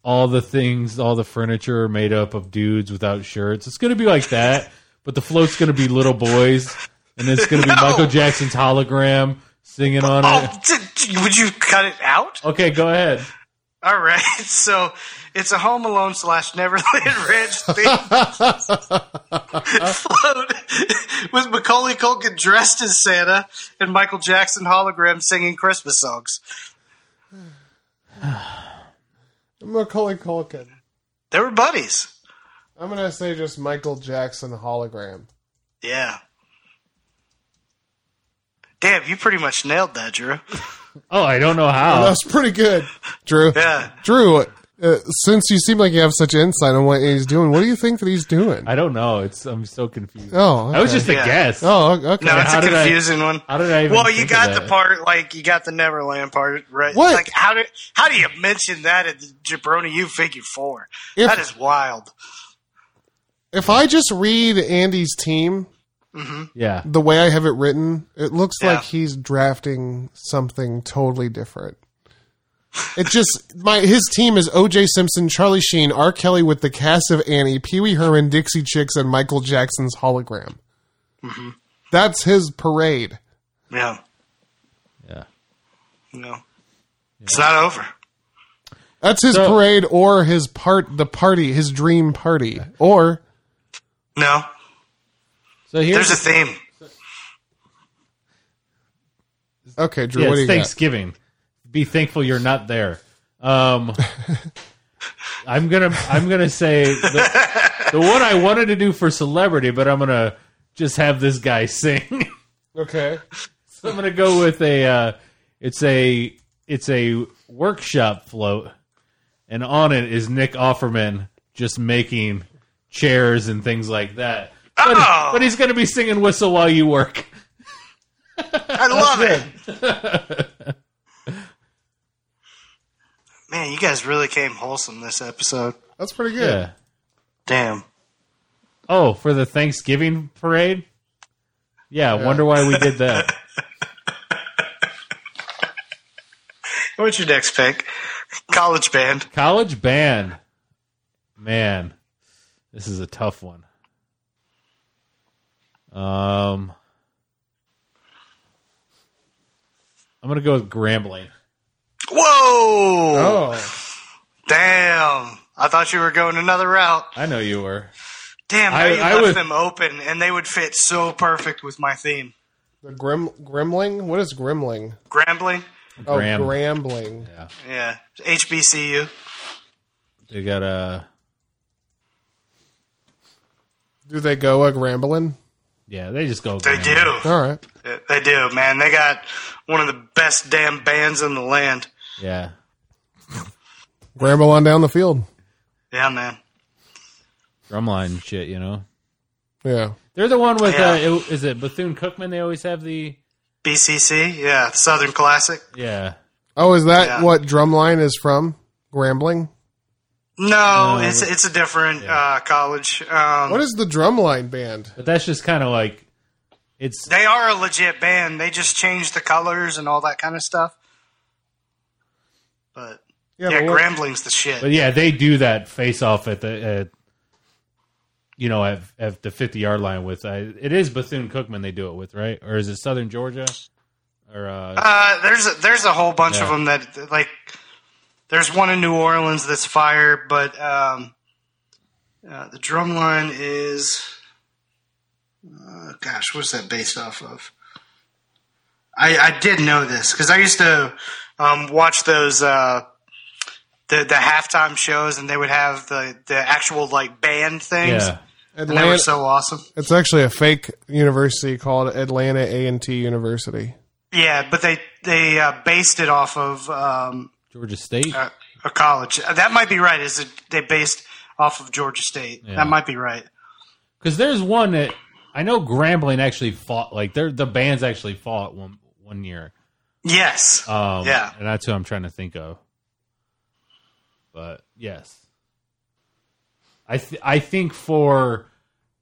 [SPEAKER 4] all the things, all the furniture are made up of dudes without shirts. It's gonna be like that, but the float's gonna be little boys, and it's gonna be
[SPEAKER 3] No.
[SPEAKER 4] Michael Jackson's hologram singing on it.
[SPEAKER 3] Oh, d- d- would you cut it out?
[SPEAKER 4] Okay, go ahead.
[SPEAKER 3] All right, so it's a Home Alone slash Neverland Ranch theme float with Macaulay Culkin dressed as Santa and Michael Jackson hologram singing Christmas songs.
[SPEAKER 2] Macaulay Culkin.
[SPEAKER 3] They were buddies.
[SPEAKER 2] I'm gonna say just Michael Jackson hologram.
[SPEAKER 3] Yeah. Damn, you pretty much nailed that, Drew.
[SPEAKER 4] Oh, I don't know
[SPEAKER 2] That
[SPEAKER 4] how.
[SPEAKER 2] was pretty good, Drew.
[SPEAKER 3] Yeah.
[SPEAKER 2] Drew, uh, since you seem like you have such insight on what he's doing, what do you think that he's doing?
[SPEAKER 4] I don't know. It's I'm so confused.
[SPEAKER 2] oh, okay.
[SPEAKER 4] That was just a
[SPEAKER 3] Yeah.
[SPEAKER 4] guess.
[SPEAKER 2] oh, okay.
[SPEAKER 3] No, it's
[SPEAKER 4] how
[SPEAKER 3] a
[SPEAKER 4] did I-
[SPEAKER 3] confusing one.
[SPEAKER 4] How did I even
[SPEAKER 3] Well, you
[SPEAKER 4] think
[SPEAKER 3] got
[SPEAKER 4] of
[SPEAKER 3] the
[SPEAKER 4] that?
[SPEAKER 3] part like you got the Neverland part right.
[SPEAKER 2] What?
[SPEAKER 3] Like how do how do you mention that at the Jabroni U figure four?
[SPEAKER 2] If-
[SPEAKER 3] that is wild.
[SPEAKER 2] if I just read Andy's team
[SPEAKER 4] Yeah.
[SPEAKER 2] the way I have it written, it looks
[SPEAKER 3] Yeah.
[SPEAKER 2] like he's drafting something totally different. It just my his team is O.J. Simpson, Charlie Sheen, R. Kelly with the cast of Annie, Pee Wee Herman, Dixie Chicks, and Michael Jackson's hologram. That's his parade.
[SPEAKER 3] Yeah,
[SPEAKER 4] Yeah.
[SPEAKER 3] no, it's not over.
[SPEAKER 2] That's his
[SPEAKER 4] So-
[SPEAKER 2] parade, or his part, the party, his dream party, or
[SPEAKER 3] No,
[SPEAKER 4] So here's
[SPEAKER 3] there's a theme.
[SPEAKER 2] okay, Drew,
[SPEAKER 4] yeah,
[SPEAKER 2] what do
[SPEAKER 4] it's
[SPEAKER 2] you got?
[SPEAKER 4] Thanksgiving. Be thankful you're not there. Um, I'm gonna I'm gonna say the, the one I wanted to do for celebrity, but I'm gonna just have this guy sing.
[SPEAKER 2] Okay,
[SPEAKER 4] so I'm gonna go with a uh, it's a it's a workshop float, and on it is Nick Offerman just making chairs and things like that. But,
[SPEAKER 3] Oh!
[SPEAKER 4] but he's going to be singing "Whistle While You Work."
[SPEAKER 3] I love it. Man, you guys really came wholesome this episode.
[SPEAKER 2] That's pretty
[SPEAKER 4] Yeah.
[SPEAKER 2] good.
[SPEAKER 3] Damn.
[SPEAKER 4] Oh, for the Thanksgiving parade. Yeah, Wonder why we did that.
[SPEAKER 3] What's your next pick? College band.
[SPEAKER 4] College band. Man, this is a tough one. Um, I'm gonna go with Grambling.
[SPEAKER 3] Whoa!
[SPEAKER 2] Oh,
[SPEAKER 3] Damn. I thought you were going another route.
[SPEAKER 4] I know you were.
[SPEAKER 3] Damn, I,
[SPEAKER 4] I-
[SPEAKER 3] you
[SPEAKER 4] I
[SPEAKER 3] left
[SPEAKER 4] would-
[SPEAKER 3] them open, and they would fit so perfect with my theme.
[SPEAKER 2] the grim Grimling. What is Grimling?
[SPEAKER 3] Grambling?
[SPEAKER 2] Oh,
[SPEAKER 4] Gram.
[SPEAKER 2] Grambling.
[SPEAKER 4] Yeah,
[SPEAKER 3] Yeah. HBCU.
[SPEAKER 4] they got a
[SPEAKER 2] Do they go a Grambling?
[SPEAKER 4] yeah. They just go.
[SPEAKER 3] They
[SPEAKER 4] Grambling.
[SPEAKER 3] do.
[SPEAKER 2] All right.
[SPEAKER 3] They do, man. They got one of the best damn bands in the land.
[SPEAKER 4] Yeah,
[SPEAKER 2] Gramble on down the field.
[SPEAKER 3] Yeah, man.
[SPEAKER 4] drumline shit. You know,
[SPEAKER 2] Yeah.
[SPEAKER 4] they're the one with
[SPEAKER 3] Yeah.
[SPEAKER 4] uh, it- is it Bethune Cookman? They always have the
[SPEAKER 3] BCC, yeah, Southern Classic.
[SPEAKER 4] yeah.
[SPEAKER 2] Oh, is that
[SPEAKER 3] Yeah.
[SPEAKER 2] what Drumline is from? Grambling?
[SPEAKER 3] No,
[SPEAKER 4] No,
[SPEAKER 3] it's it's a different uh, college. Um,
[SPEAKER 2] What is the Drumline band?
[SPEAKER 4] But that's just kind of like it's
[SPEAKER 3] they are a legit band. They just changed the colors and all that kind of stuff. But yeah,
[SPEAKER 2] but what-
[SPEAKER 3] Grambling's the shit.
[SPEAKER 4] But yeah, they do that face off at the, at, you know, at, at the fifty yard line with. I, it is Bethune Cookman they do it with, right? Or is it Southern Georgia? Or uh,
[SPEAKER 3] Uh, there's a, there's a whole bunch of
[SPEAKER 4] Yeah.
[SPEAKER 3] them that like. There's one in New Orleans that's fire, but um, uh, the drum line is. Uh, gosh, what's that based off of? I I did know this because I used to um, watch those. Uh, the, the halftime shows and they would have the, the actual like band things
[SPEAKER 4] yeah,
[SPEAKER 3] and they were
[SPEAKER 2] Atlanta,
[SPEAKER 3] so awesome
[SPEAKER 2] it's actually a fake university called Atlanta A&T University.
[SPEAKER 3] yeah but they they uh, based it off of um,
[SPEAKER 4] Georgia State.
[SPEAKER 3] uh, a college. Uh, That might be right. Is it they based off of Georgia State?
[SPEAKER 4] Yeah.
[SPEAKER 3] That might be right.
[SPEAKER 4] Because there's one that I know Grambling actually fought. Like they're the bands actually fought one one year.
[SPEAKER 3] Yes.
[SPEAKER 4] Um,
[SPEAKER 3] Yeah.
[SPEAKER 4] and that's who I'm trying to think of. But yes, I th- I think for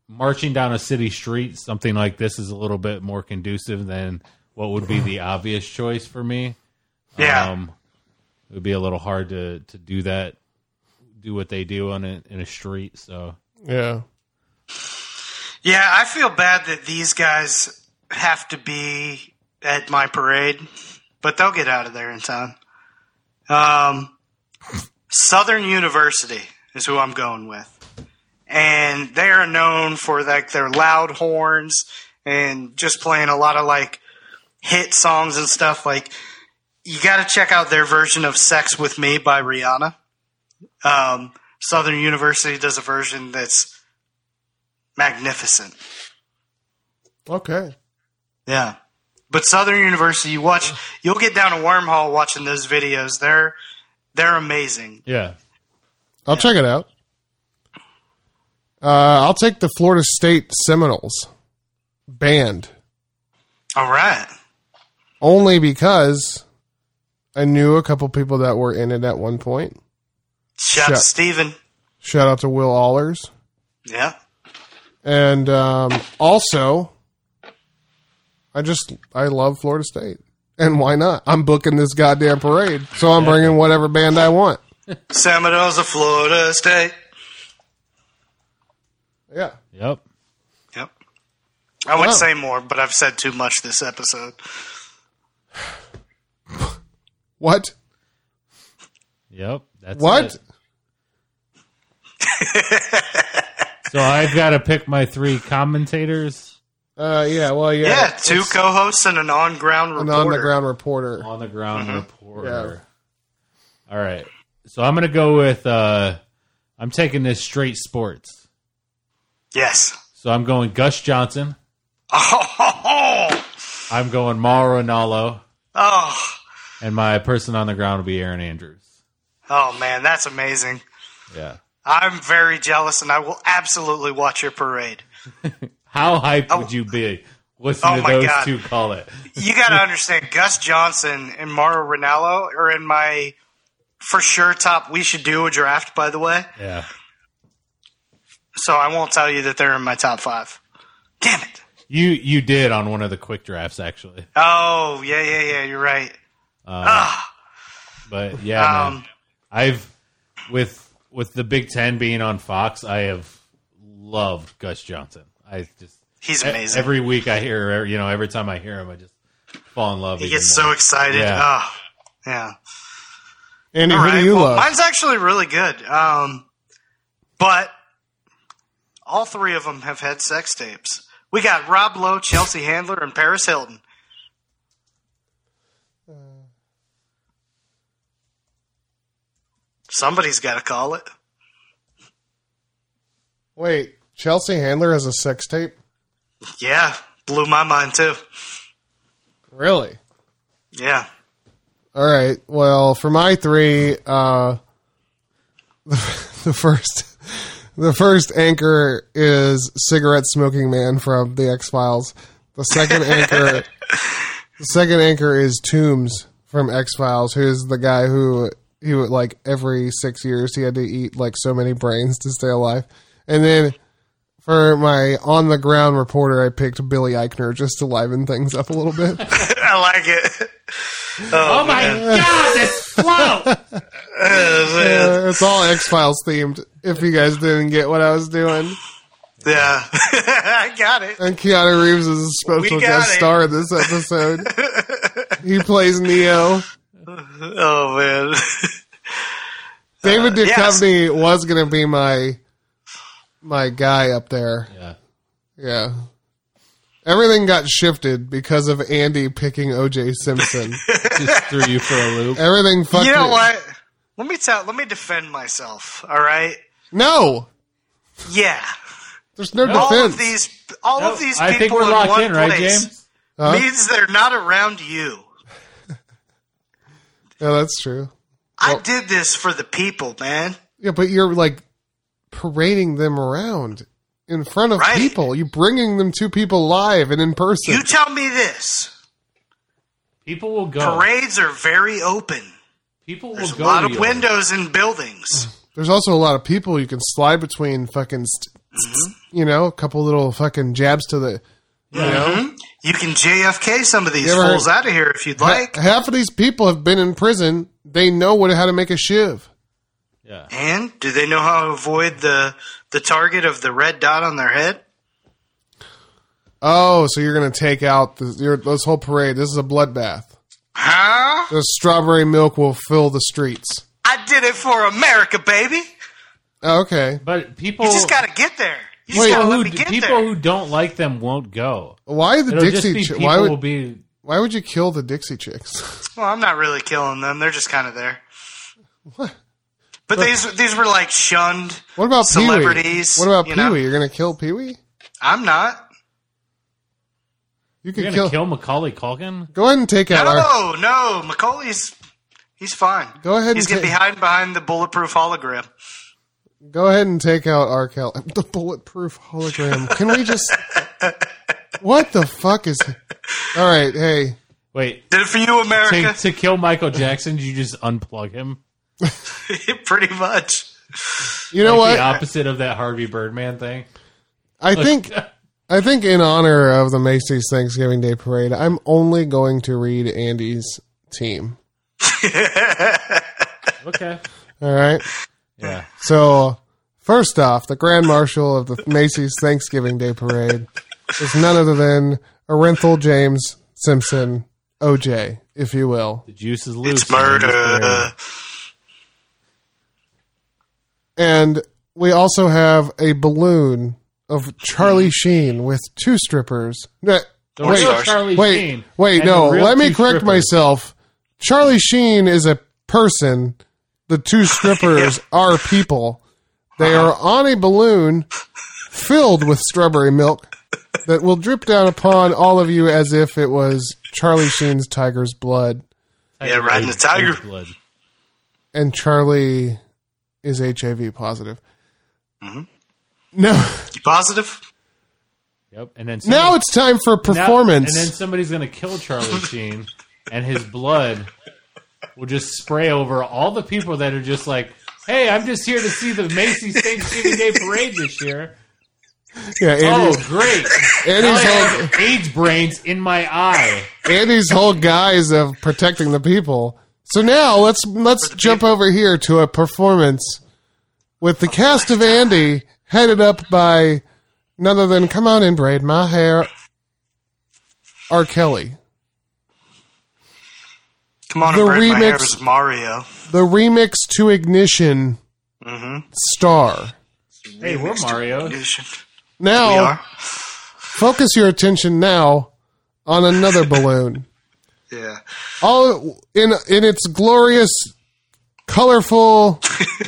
[SPEAKER 4] marching down a city street, something like this is a little bit more conducive than what would be the obvious choice for me.
[SPEAKER 3] yeah.
[SPEAKER 4] Um, it would be a little hard to to do that, do what they do on a, in a street. So
[SPEAKER 2] Yeah.
[SPEAKER 3] yeah. I feel bad that these guys have to be at my parade, but they'll get out of there in time. Um, Southern University is who I'm going with. And they are known for like their loud horns and just playing a lot of like hit songs and stuff like you got to check out their version of Sex with Me by Rihanna. Um, Southern University does a version that's magnificent.
[SPEAKER 2] Okay.
[SPEAKER 3] Yeah. But Southern University, you watch, you'll get down a wormhole watching those videos. They're they're amazing.
[SPEAKER 4] yeah,
[SPEAKER 2] I'll check it out. Uh, I'll take the Florida State Seminoles band
[SPEAKER 3] All right.
[SPEAKER 2] only because I knew a couple people that were in it at one point.
[SPEAKER 3] Shout out to
[SPEAKER 2] Shut-
[SPEAKER 3] Steven.
[SPEAKER 2] Shout out to Will Allers.
[SPEAKER 3] Yeah.
[SPEAKER 2] And um, also, I just I love Florida State, and why not? I'm booking this goddamn parade, so I'm bringing whatever band I want.
[SPEAKER 3] Seminoles of Florida State.
[SPEAKER 2] Yeah,
[SPEAKER 4] yep.
[SPEAKER 3] Yep. I would
[SPEAKER 2] Oh.
[SPEAKER 3] say more, but I've said too much this episode.
[SPEAKER 2] what?
[SPEAKER 4] Yep. That's
[SPEAKER 2] What?
[SPEAKER 4] it. So I've got to pick my three commentators
[SPEAKER 2] Uh, yeah, well, yeah,
[SPEAKER 3] Yeah, two
[SPEAKER 2] it's
[SPEAKER 3] co-hosts and an on-ground
[SPEAKER 2] an
[SPEAKER 3] reporter.
[SPEAKER 2] on the ground reporter.
[SPEAKER 4] on the ground
[SPEAKER 3] Mm-hmm.
[SPEAKER 4] reporter. All right. So I'm going to go with uh I'm taking this straight sports.
[SPEAKER 3] Yes.
[SPEAKER 4] So I'm going Gus Johnson.
[SPEAKER 3] Oh,
[SPEAKER 4] I'm going Mauro Ronaldo,
[SPEAKER 3] oh,
[SPEAKER 4] and my person on the ground will be Aaron Andrews.
[SPEAKER 3] oh man, that's amazing.
[SPEAKER 4] Yeah.
[SPEAKER 3] I'm very jealous, and I will absolutely watch your parade.
[SPEAKER 4] How hyped would you be listening
[SPEAKER 3] Oh
[SPEAKER 4] to
[SPEAKER 3] my
[SPEAKER 4] those
[SPEAKER 3] God.
[SPEAKER 4] two call it?
[SPEAKER 3] You got to understand, Gus Johnson and Mauro Ranallo are in my for sure top. We should do a draft, by the way.
[SPEAKER 4] Yeah.
[SPEAKER 3] So I won't tell you that they're in my top five. Damn it!
[SPEAKER 4] You you did on one of the quick drafts actually.
[SPEAKER 3] Oh yeah, yeah, yeah. You're right.
[SPEAKER 4] But yeah, Oh, man,
[SPEAKER 3] Um,
[SPEAKER 4] I've with with the Big Ten being on Fox, I have loved Gus Johnson. I just
[SPEAKER 3] He's
[SPEAKER 4] e-
[SPEAKER 3] amazing.
[SPEAKER 4] Every week I hear, er, you know, every time I hear him, I just fall in love.
[SPEAKER 3] he
[SPEAKER 4] even
[SPEAKER 3] gets
[SPEAKER 4] more.
[SPEAKER 3] so excited.
[SPEAKER 4] Yeah.
[SPEAKER 3] Oh, yeah.
[SPEAKER 2] Andy,
[SPEAKER 3] All
[SPEAKER 2] who
[SPEAKER 3] right,
[SPEAKER 2] do you
[SPEAKER 3] well,
[SPEAKER 2] love?
[SPEAKER 3] Mine's actually really good. Um, but all three of them have had sex tapes. We got Rob Lowe, Chelsea Handler, and Paris Hilton. Somebody's got to call it.
[SPEAKER 2] Wait, Chelsea Handler has a sex tape?
[SPEAKER 3] Yeah, blew my mind too.
[SPEAKER 2] Really?
[SPEAKER 3] Yeah.
[SPEAKER 2] All right. Well, for my three, uh, the first, the first anchor is cigarette smoking man from the X Files. The second anchor, the second anchor is Toombs from X Files, who's the guy who he would like every six years he had to eat like so many brains to stay alive. And then for my on the ground reporter, I picked Billy Eichner just to liven things up a little bit.
[SPEAKER 3] I like it. Oh,
[SPEAKER 4] Oh my god, this flow!
[SPEAKER 3] man.
[SPEAKER 2] Uh, it's all X Files themed. If you guys didn't get what I was doing,
[SPEAKER 3] Yeah. I got it.
[SPEAKER 2] and Keanu Reeves is a special
[SPEAKER 3] We got
[SPEAKER 2] guest
[SPEAKER 3] it.
[SPEAKER 2] star in this episode. he plays Neo.
[SPEAKER 3] Oh, man.
[SPEAKER 2] David
[SPEAKER 3] Uh, yes.
[SPEAKER 2] Duchovny was gonna be my my guy up there.
[SPEAKER 4] yeah.
[SPEAKER 2] Yeah. Everything got shifted because of Andy picking OJ Simpson.
[SPEAKER 4] Just threw you for a loop.
[SPEAKER 2] Everything fucked.
[SPEAKER 3] you know
[SPEAKER 2] me.
[SPEAKER 3] what? Let me tell. Let me defend myself. All right.
[SPEAKER 2] No,
[SPEAKER 3] Yeah.
[SPEAKER 2] there's no
[SPEAKER 3] All
[SPEAKER 2] defense.
[SPEAKER 3] of these. All of these people
[SPEAKER 4] I think we're
[SPEAKER 3] in
[SPEAKER 4] locked
[SPEAKER 3] one
[SPEAKER 4] in, right,
[SPEAKER 3] place
[SPEAKER 4] James?
[SPEAKER 2] Huh?
[SPEAKER 3] means they're not around you.
[SPEAKER 2] yeah, that's true.
[SPEAKER 3] I did this for the people, man.
[SPEAKER 2] Yeah, but you're like parading them around in front of
[SPEAKER 3] Right.
[SPEAKER 2] people. You're bringing them to people live and in person.
[SPEAKER 3] You tell me this.
[SPEAKER 4] People will go.
[SPEAKER 3] Parades are very open.
[SPEAKER 4] People will
[SPEAKER 3] There's
[SPEAKER 4] go.
[SPEAKER 3] a lot
[SPEAKER 4] to
[SPEAKER 3] of
[SPEAKER 4] you.
[SPEAKER 3] windows in buildings.
[SPEAKER 2] There's also a lot of people you can slide between fucking, st-
[SPEAKER 3] Mm-hmm.
[SPEAKER 2] you know, a couple little fucking jabs to the. You know,
[SPEAKER 3] You can JFK some of these
[SPEAKER 2] Hmm? You ever
[SPEAKER 3] fools
[SPEAKER 2] heard-
[SPEAKER 3] out of here if you'd like.
[SPEAKER 2] Ha- half of these people have been in prison. They know what how to make a shiv.
[SPEAKER 4] Yeah.
[SPEAKER 3] And do they know how to avoid the the target of the red dot on their head?
[SPEAKER 2] Oh, so you're gonna take out the, your, this whole parade? This is a bloodbath.
[SPEAKER 3] Huh?
[SPEAKER 2] The strawberry milk will fill the streets.
[SPEAKER 3] I did it for America, baby.
[SPEAKER 2] Oh, okay,
[SPEAKER 4] But people.
[SPEAKER 3] You just gotta get there. You just
[SPEAKER 2] Oh. Wait,
[SPEAKER 3] gotta
[SPEAKER 4] people
[SPEAKER 3] let
[SPEAKER 4] who,
[SPEAKER 3] me get
[SPEAKER 4] people
[SPEAKER 3] there.
[SPEAKER 4] who don't like them won't go.
[SPEAKER 2] why the
[SPEAKER 4] It'll
[SPEAKER 2] Dixie?
[SPEAKER 4] just be
[SPEAKER 2] chi-
[SPEAKER 4] people
[SPEAKER 2] why
[SPEAKER 4] will
[SPEAKER 2] would
[SPEAKER 4] be.
[SPEAKER 2] why would you kill the Dixie chicks?
[SPEAKER 3] Well, I'm not really killing them. They're just kind of there. But these these were like shunned.
[SPEAKER 2] What about Pee Wee?
[SPEAKER 3] Celebrities,
[SPEAKER 2] What about
[SPEAKER 3] you
[SPEAKER 2] Pee
[SPEAKER 3] know?
[SPEAKER 2] Wee? You're gonna kill Pee Wee?
[SPEAKER 3] I'm not.
[SPEAKER 2] You
[SPEAKER 4] You're
[SPEAKER 2] could
[SPEAKER 4] gonna
[SPEAKER 2] kill,
[SPEAKER 4] kill, Macaulay Culkin.
[SPEAKER 2] Go ahead and take out our.
[SPEAKER 3] No, no, Macaulay's he's fine.
[SPEAKER 2] Go ahead
[SPEAKER 3] He's
[SPEAKER 2] and
[SPEAKER 3] gonna be
[SPEAKER 2] ta-
[SPEAKER 3] hiding behind the bulletproof hologram.
[SPEAKER 2] Go ahead and take out R. Kelly. The bulletproof hologram. Can we just? what the fuck is? All right, hey.
[SPEAKER 4] Wait,
[SPEAKER 3] Did it for you,
[SPEAKER 4] to,
[SPEAKER 3] America.
[SPEAKER 4] to kill Michael Jackson, you just unplug him.
[SPEAKER 3] Pretty much.
[SPEAKER 2] You know
[SPEAKER 4] Like
[SPEAKER 2] what?
[SPEAKER 4] the opposite of that Harvey Birdman thing.
[SPEAKER 2] I think. I think in honor of the Macy's Thanksgiving Day Parade, I'm only going to read Andy's team.
[SPEAKER 4] Okay.
[SPEAKER 2] All right.
[SPEAKER 4] Yeah.
[SPEAKER 2] So, first off, the Grand Marshal of the Macy's Thanksgiving Day Parade is none other than Orenthal James Simpson, OJ, if you will.
[SPEAKER 4] The juice is loose.
[SPEAKER 3] It's murder.
[SPEAKER 4] man.
[SPEAKER 2] And we also have a balloon of Charlie Sheen with two strippers. No,
[SPEAKER 4] The real
[SPEAKER 3] Wait,
[SPEAKER 4] Charlie
[SPEAKER 2] wait,
[SPEAKER 4] Sheen
[SPEAKER 2] wait,
[SPEAKER 4] and
[SPEAKER 2] no,
[SPEAKER 4] the real
[SPEAKER 2] let me
[SPEAKER 4] two
[SPEAKER 2] correct
[SPEAKER 4] strippers.
[SPEAKER 2] myself. Charlie Sheen is a person. The two strippers are people. They are
[SPEAKER 4] Uh-huh.
[SPEAKER 2] on a balloon filled with strawberry milk that will drip down upon all of you as if it was Charlie Sheen's tiger's blood.
[SPEAKER 3] Yeah, riding the tiger.
[SPEAKER 4] Blood.
[SPEAKER 2] And Charlie is HIV positive.
[SPEAKER 4] Mm-hmm.
[SPEAKER 2] No.
[SPEAKER 3] You positive?
[SPEAKER 4] Yep. And then
[SPEAKER 2] Now it's time for
[SPEAKER 4] now-
[SPEAKER 2] performance.
[SPEAKER 4] and then somebody's gonna kill Charlie Sheen, and his blood will just spray over all the people that are just like, "Hey, I'm just here to see the Macy's Thanksgiving Day Parade this year."
[SPEAKER 2] yeah,
[SPEAKER 4] Oh,
[SPEAKER 2] Andy's,
[SPEAKER 4] great! Now I
[SPEAKER 2] Andy's, whole,
[SPEAKER 4] have AIDS brains in my eye.
[SPEAKER 2] Andy's whole guise of protecting the people. So now let's let's jump over here to a performance with the cast of Andy, headed up by none other than "Come on and braid my hair," R. Kelly.
[SPEAKER 3] Come on,
[SPEAKER 2] The
[SPEAKER 3] the remix my hair
[SPEAKER 2] remix-
[SPEAKER 3] is Mario.
[SPEAKER 2] the remix to Ignition
[SPEAKER 3] Mm-hmm.
[SPEAKER 2] star.
[SPEAKER 4] Hey, we're Mario.
[SPEAKER 2] Now,
[SPEAKER 3] We are.
[SPEAKER 2] focus your attention now on another balloon.
[SPEAKER 3] Yeah.
[SPEAKER 2] All in in its glorious, colorful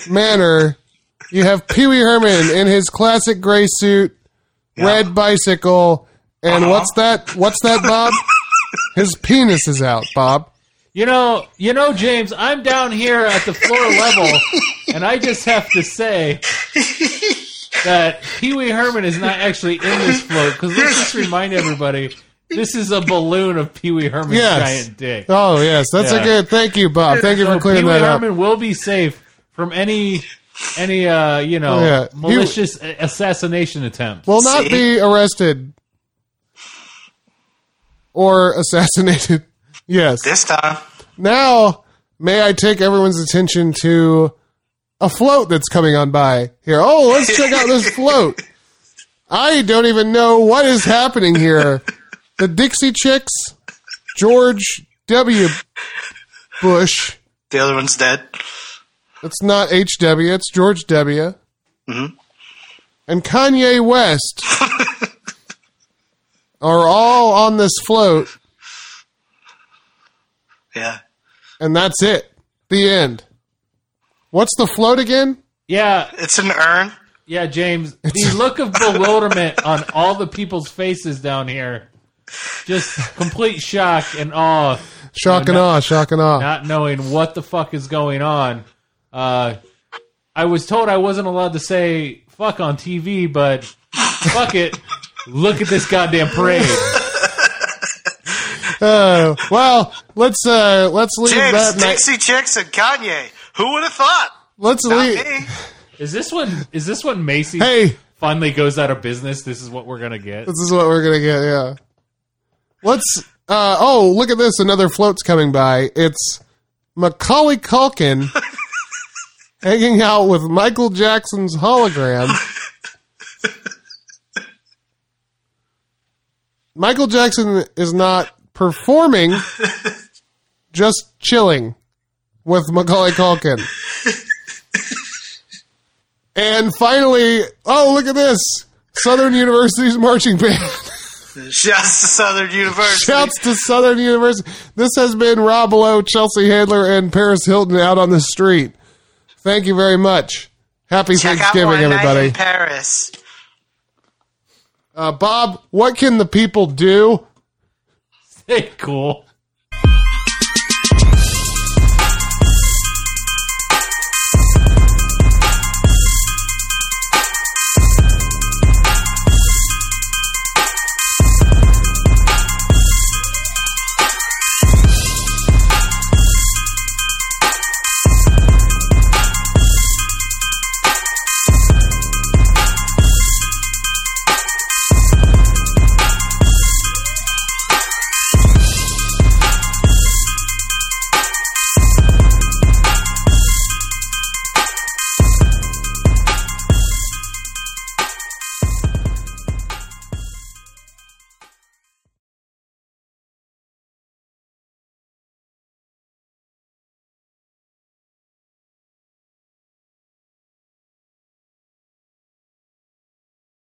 [SPEAKER 2] manner. You have Pee Wee Herman in his classic gray suit, red bicycle, and what's that? What's that, Bob? his penis is out, Bob.
[SPEAKER 4] You know, you know, James, I'm down here at the floor level, and I just have to say that Pee Wee Herman is not actually in this float because let's just remind everybody this is a balloon of Pee Wee Herman's
[SPEAKER 2] Yes.
[SPEAKER 4] giant dick.
[SPEAKER 2] Oh yes, that's
[SPEAKER 4] Yeah.
[SPEAKER 2] a good. Thank you, Bob. Thank you
[SPEAKER 4] So
[SPEAKER 2] for clearing
[SPEAKER 4] Pee-wee
[SPEAKER 2] that up.
[SPEAKER 4] Herman will be safe from any any uh you know
[SPEAKER 2] Yeah. He-
[SPEAKER 4] malicious assassination attempt.
[SPEAKER 2] will not
[SPEAKER 3] See?
[SPEAKER 2] be arrested or assassinated. Yes.
[SPEAKER 3] This time.
[SPEAKER 2] Now, may I take everyone's attention to a float that's coming on by here? Oh, let's check out this float. I don't even know what is happening here. The Dixie Chicks, George W. Bush.
[SPEAKER 3] The other one's dead.
[SPEAKER 2] It's not HW, it's George W. And Kanye West are all on this float,
[SPEAKER 3] Yeah.
[SPEAKER 2] and that's it. The end. What's the float again?
[SPEAKER 4] Yeah,
[SPEAKER 3] It's an urn.
[SPEAKER 4] yeah, James. The look of bewilderment on all the people's faces down here. Just complete shock and awe.
[SPEAKER 2] Shock and awe, shock and awe.
[SPEAKER 4] not knowing what the fuck is going on. Uh, I was told I wasn't allowed to say fuck on TV, but fuck it. Look at this goddamn parade.
[SPEAKER 2] Uh, well, let's uh, let's leave
[SPEAKER 3] James,
[SPEAKER 2] that. night-
[SPEAKER 3] Dixie Chicks, and Kanye. Who would have thought?
[SPEAKER 2] let's
[SPEAKER 3] Not
[SPEAKER 2] leave.
[SPEAKER 3] me.
[SPEAKER 4] Is this when is this when Macy
[SPEAKER 2] Hey,
[SPEAKER 4] finally goes out of business? This is what we're gonna get.
[SPEAKER 2] This is what we're gonna get. Yeah. Let's. Uh, oh, look at this! Another float's coming by. It's Macaulay Culkin hanging out with Michael Jackson's hologram. Michael Jackson is not performing, just chilling with Macaulay Culkin. And finally, oh look at this! Southern University's marching band.
[SPEAKER 3] Shouts to Southern University.
[SPEAKER 2] Shouts to Southern University. This has been Rob Lowe, Chelsea Handler, and Paris Hilton out on the street. Thank you very much. Happy
[SPEAKER 3] Check out
[SPEAKER 2] Thanksgiving,
[SPEAKER 3] One Night
[SPEAKER 2] everybody.
[SPEAKER 3] in Paris.
[SPEAKER 2] Uh, Bob, what can the people do?
[SPEAKER 4] Hey, cool.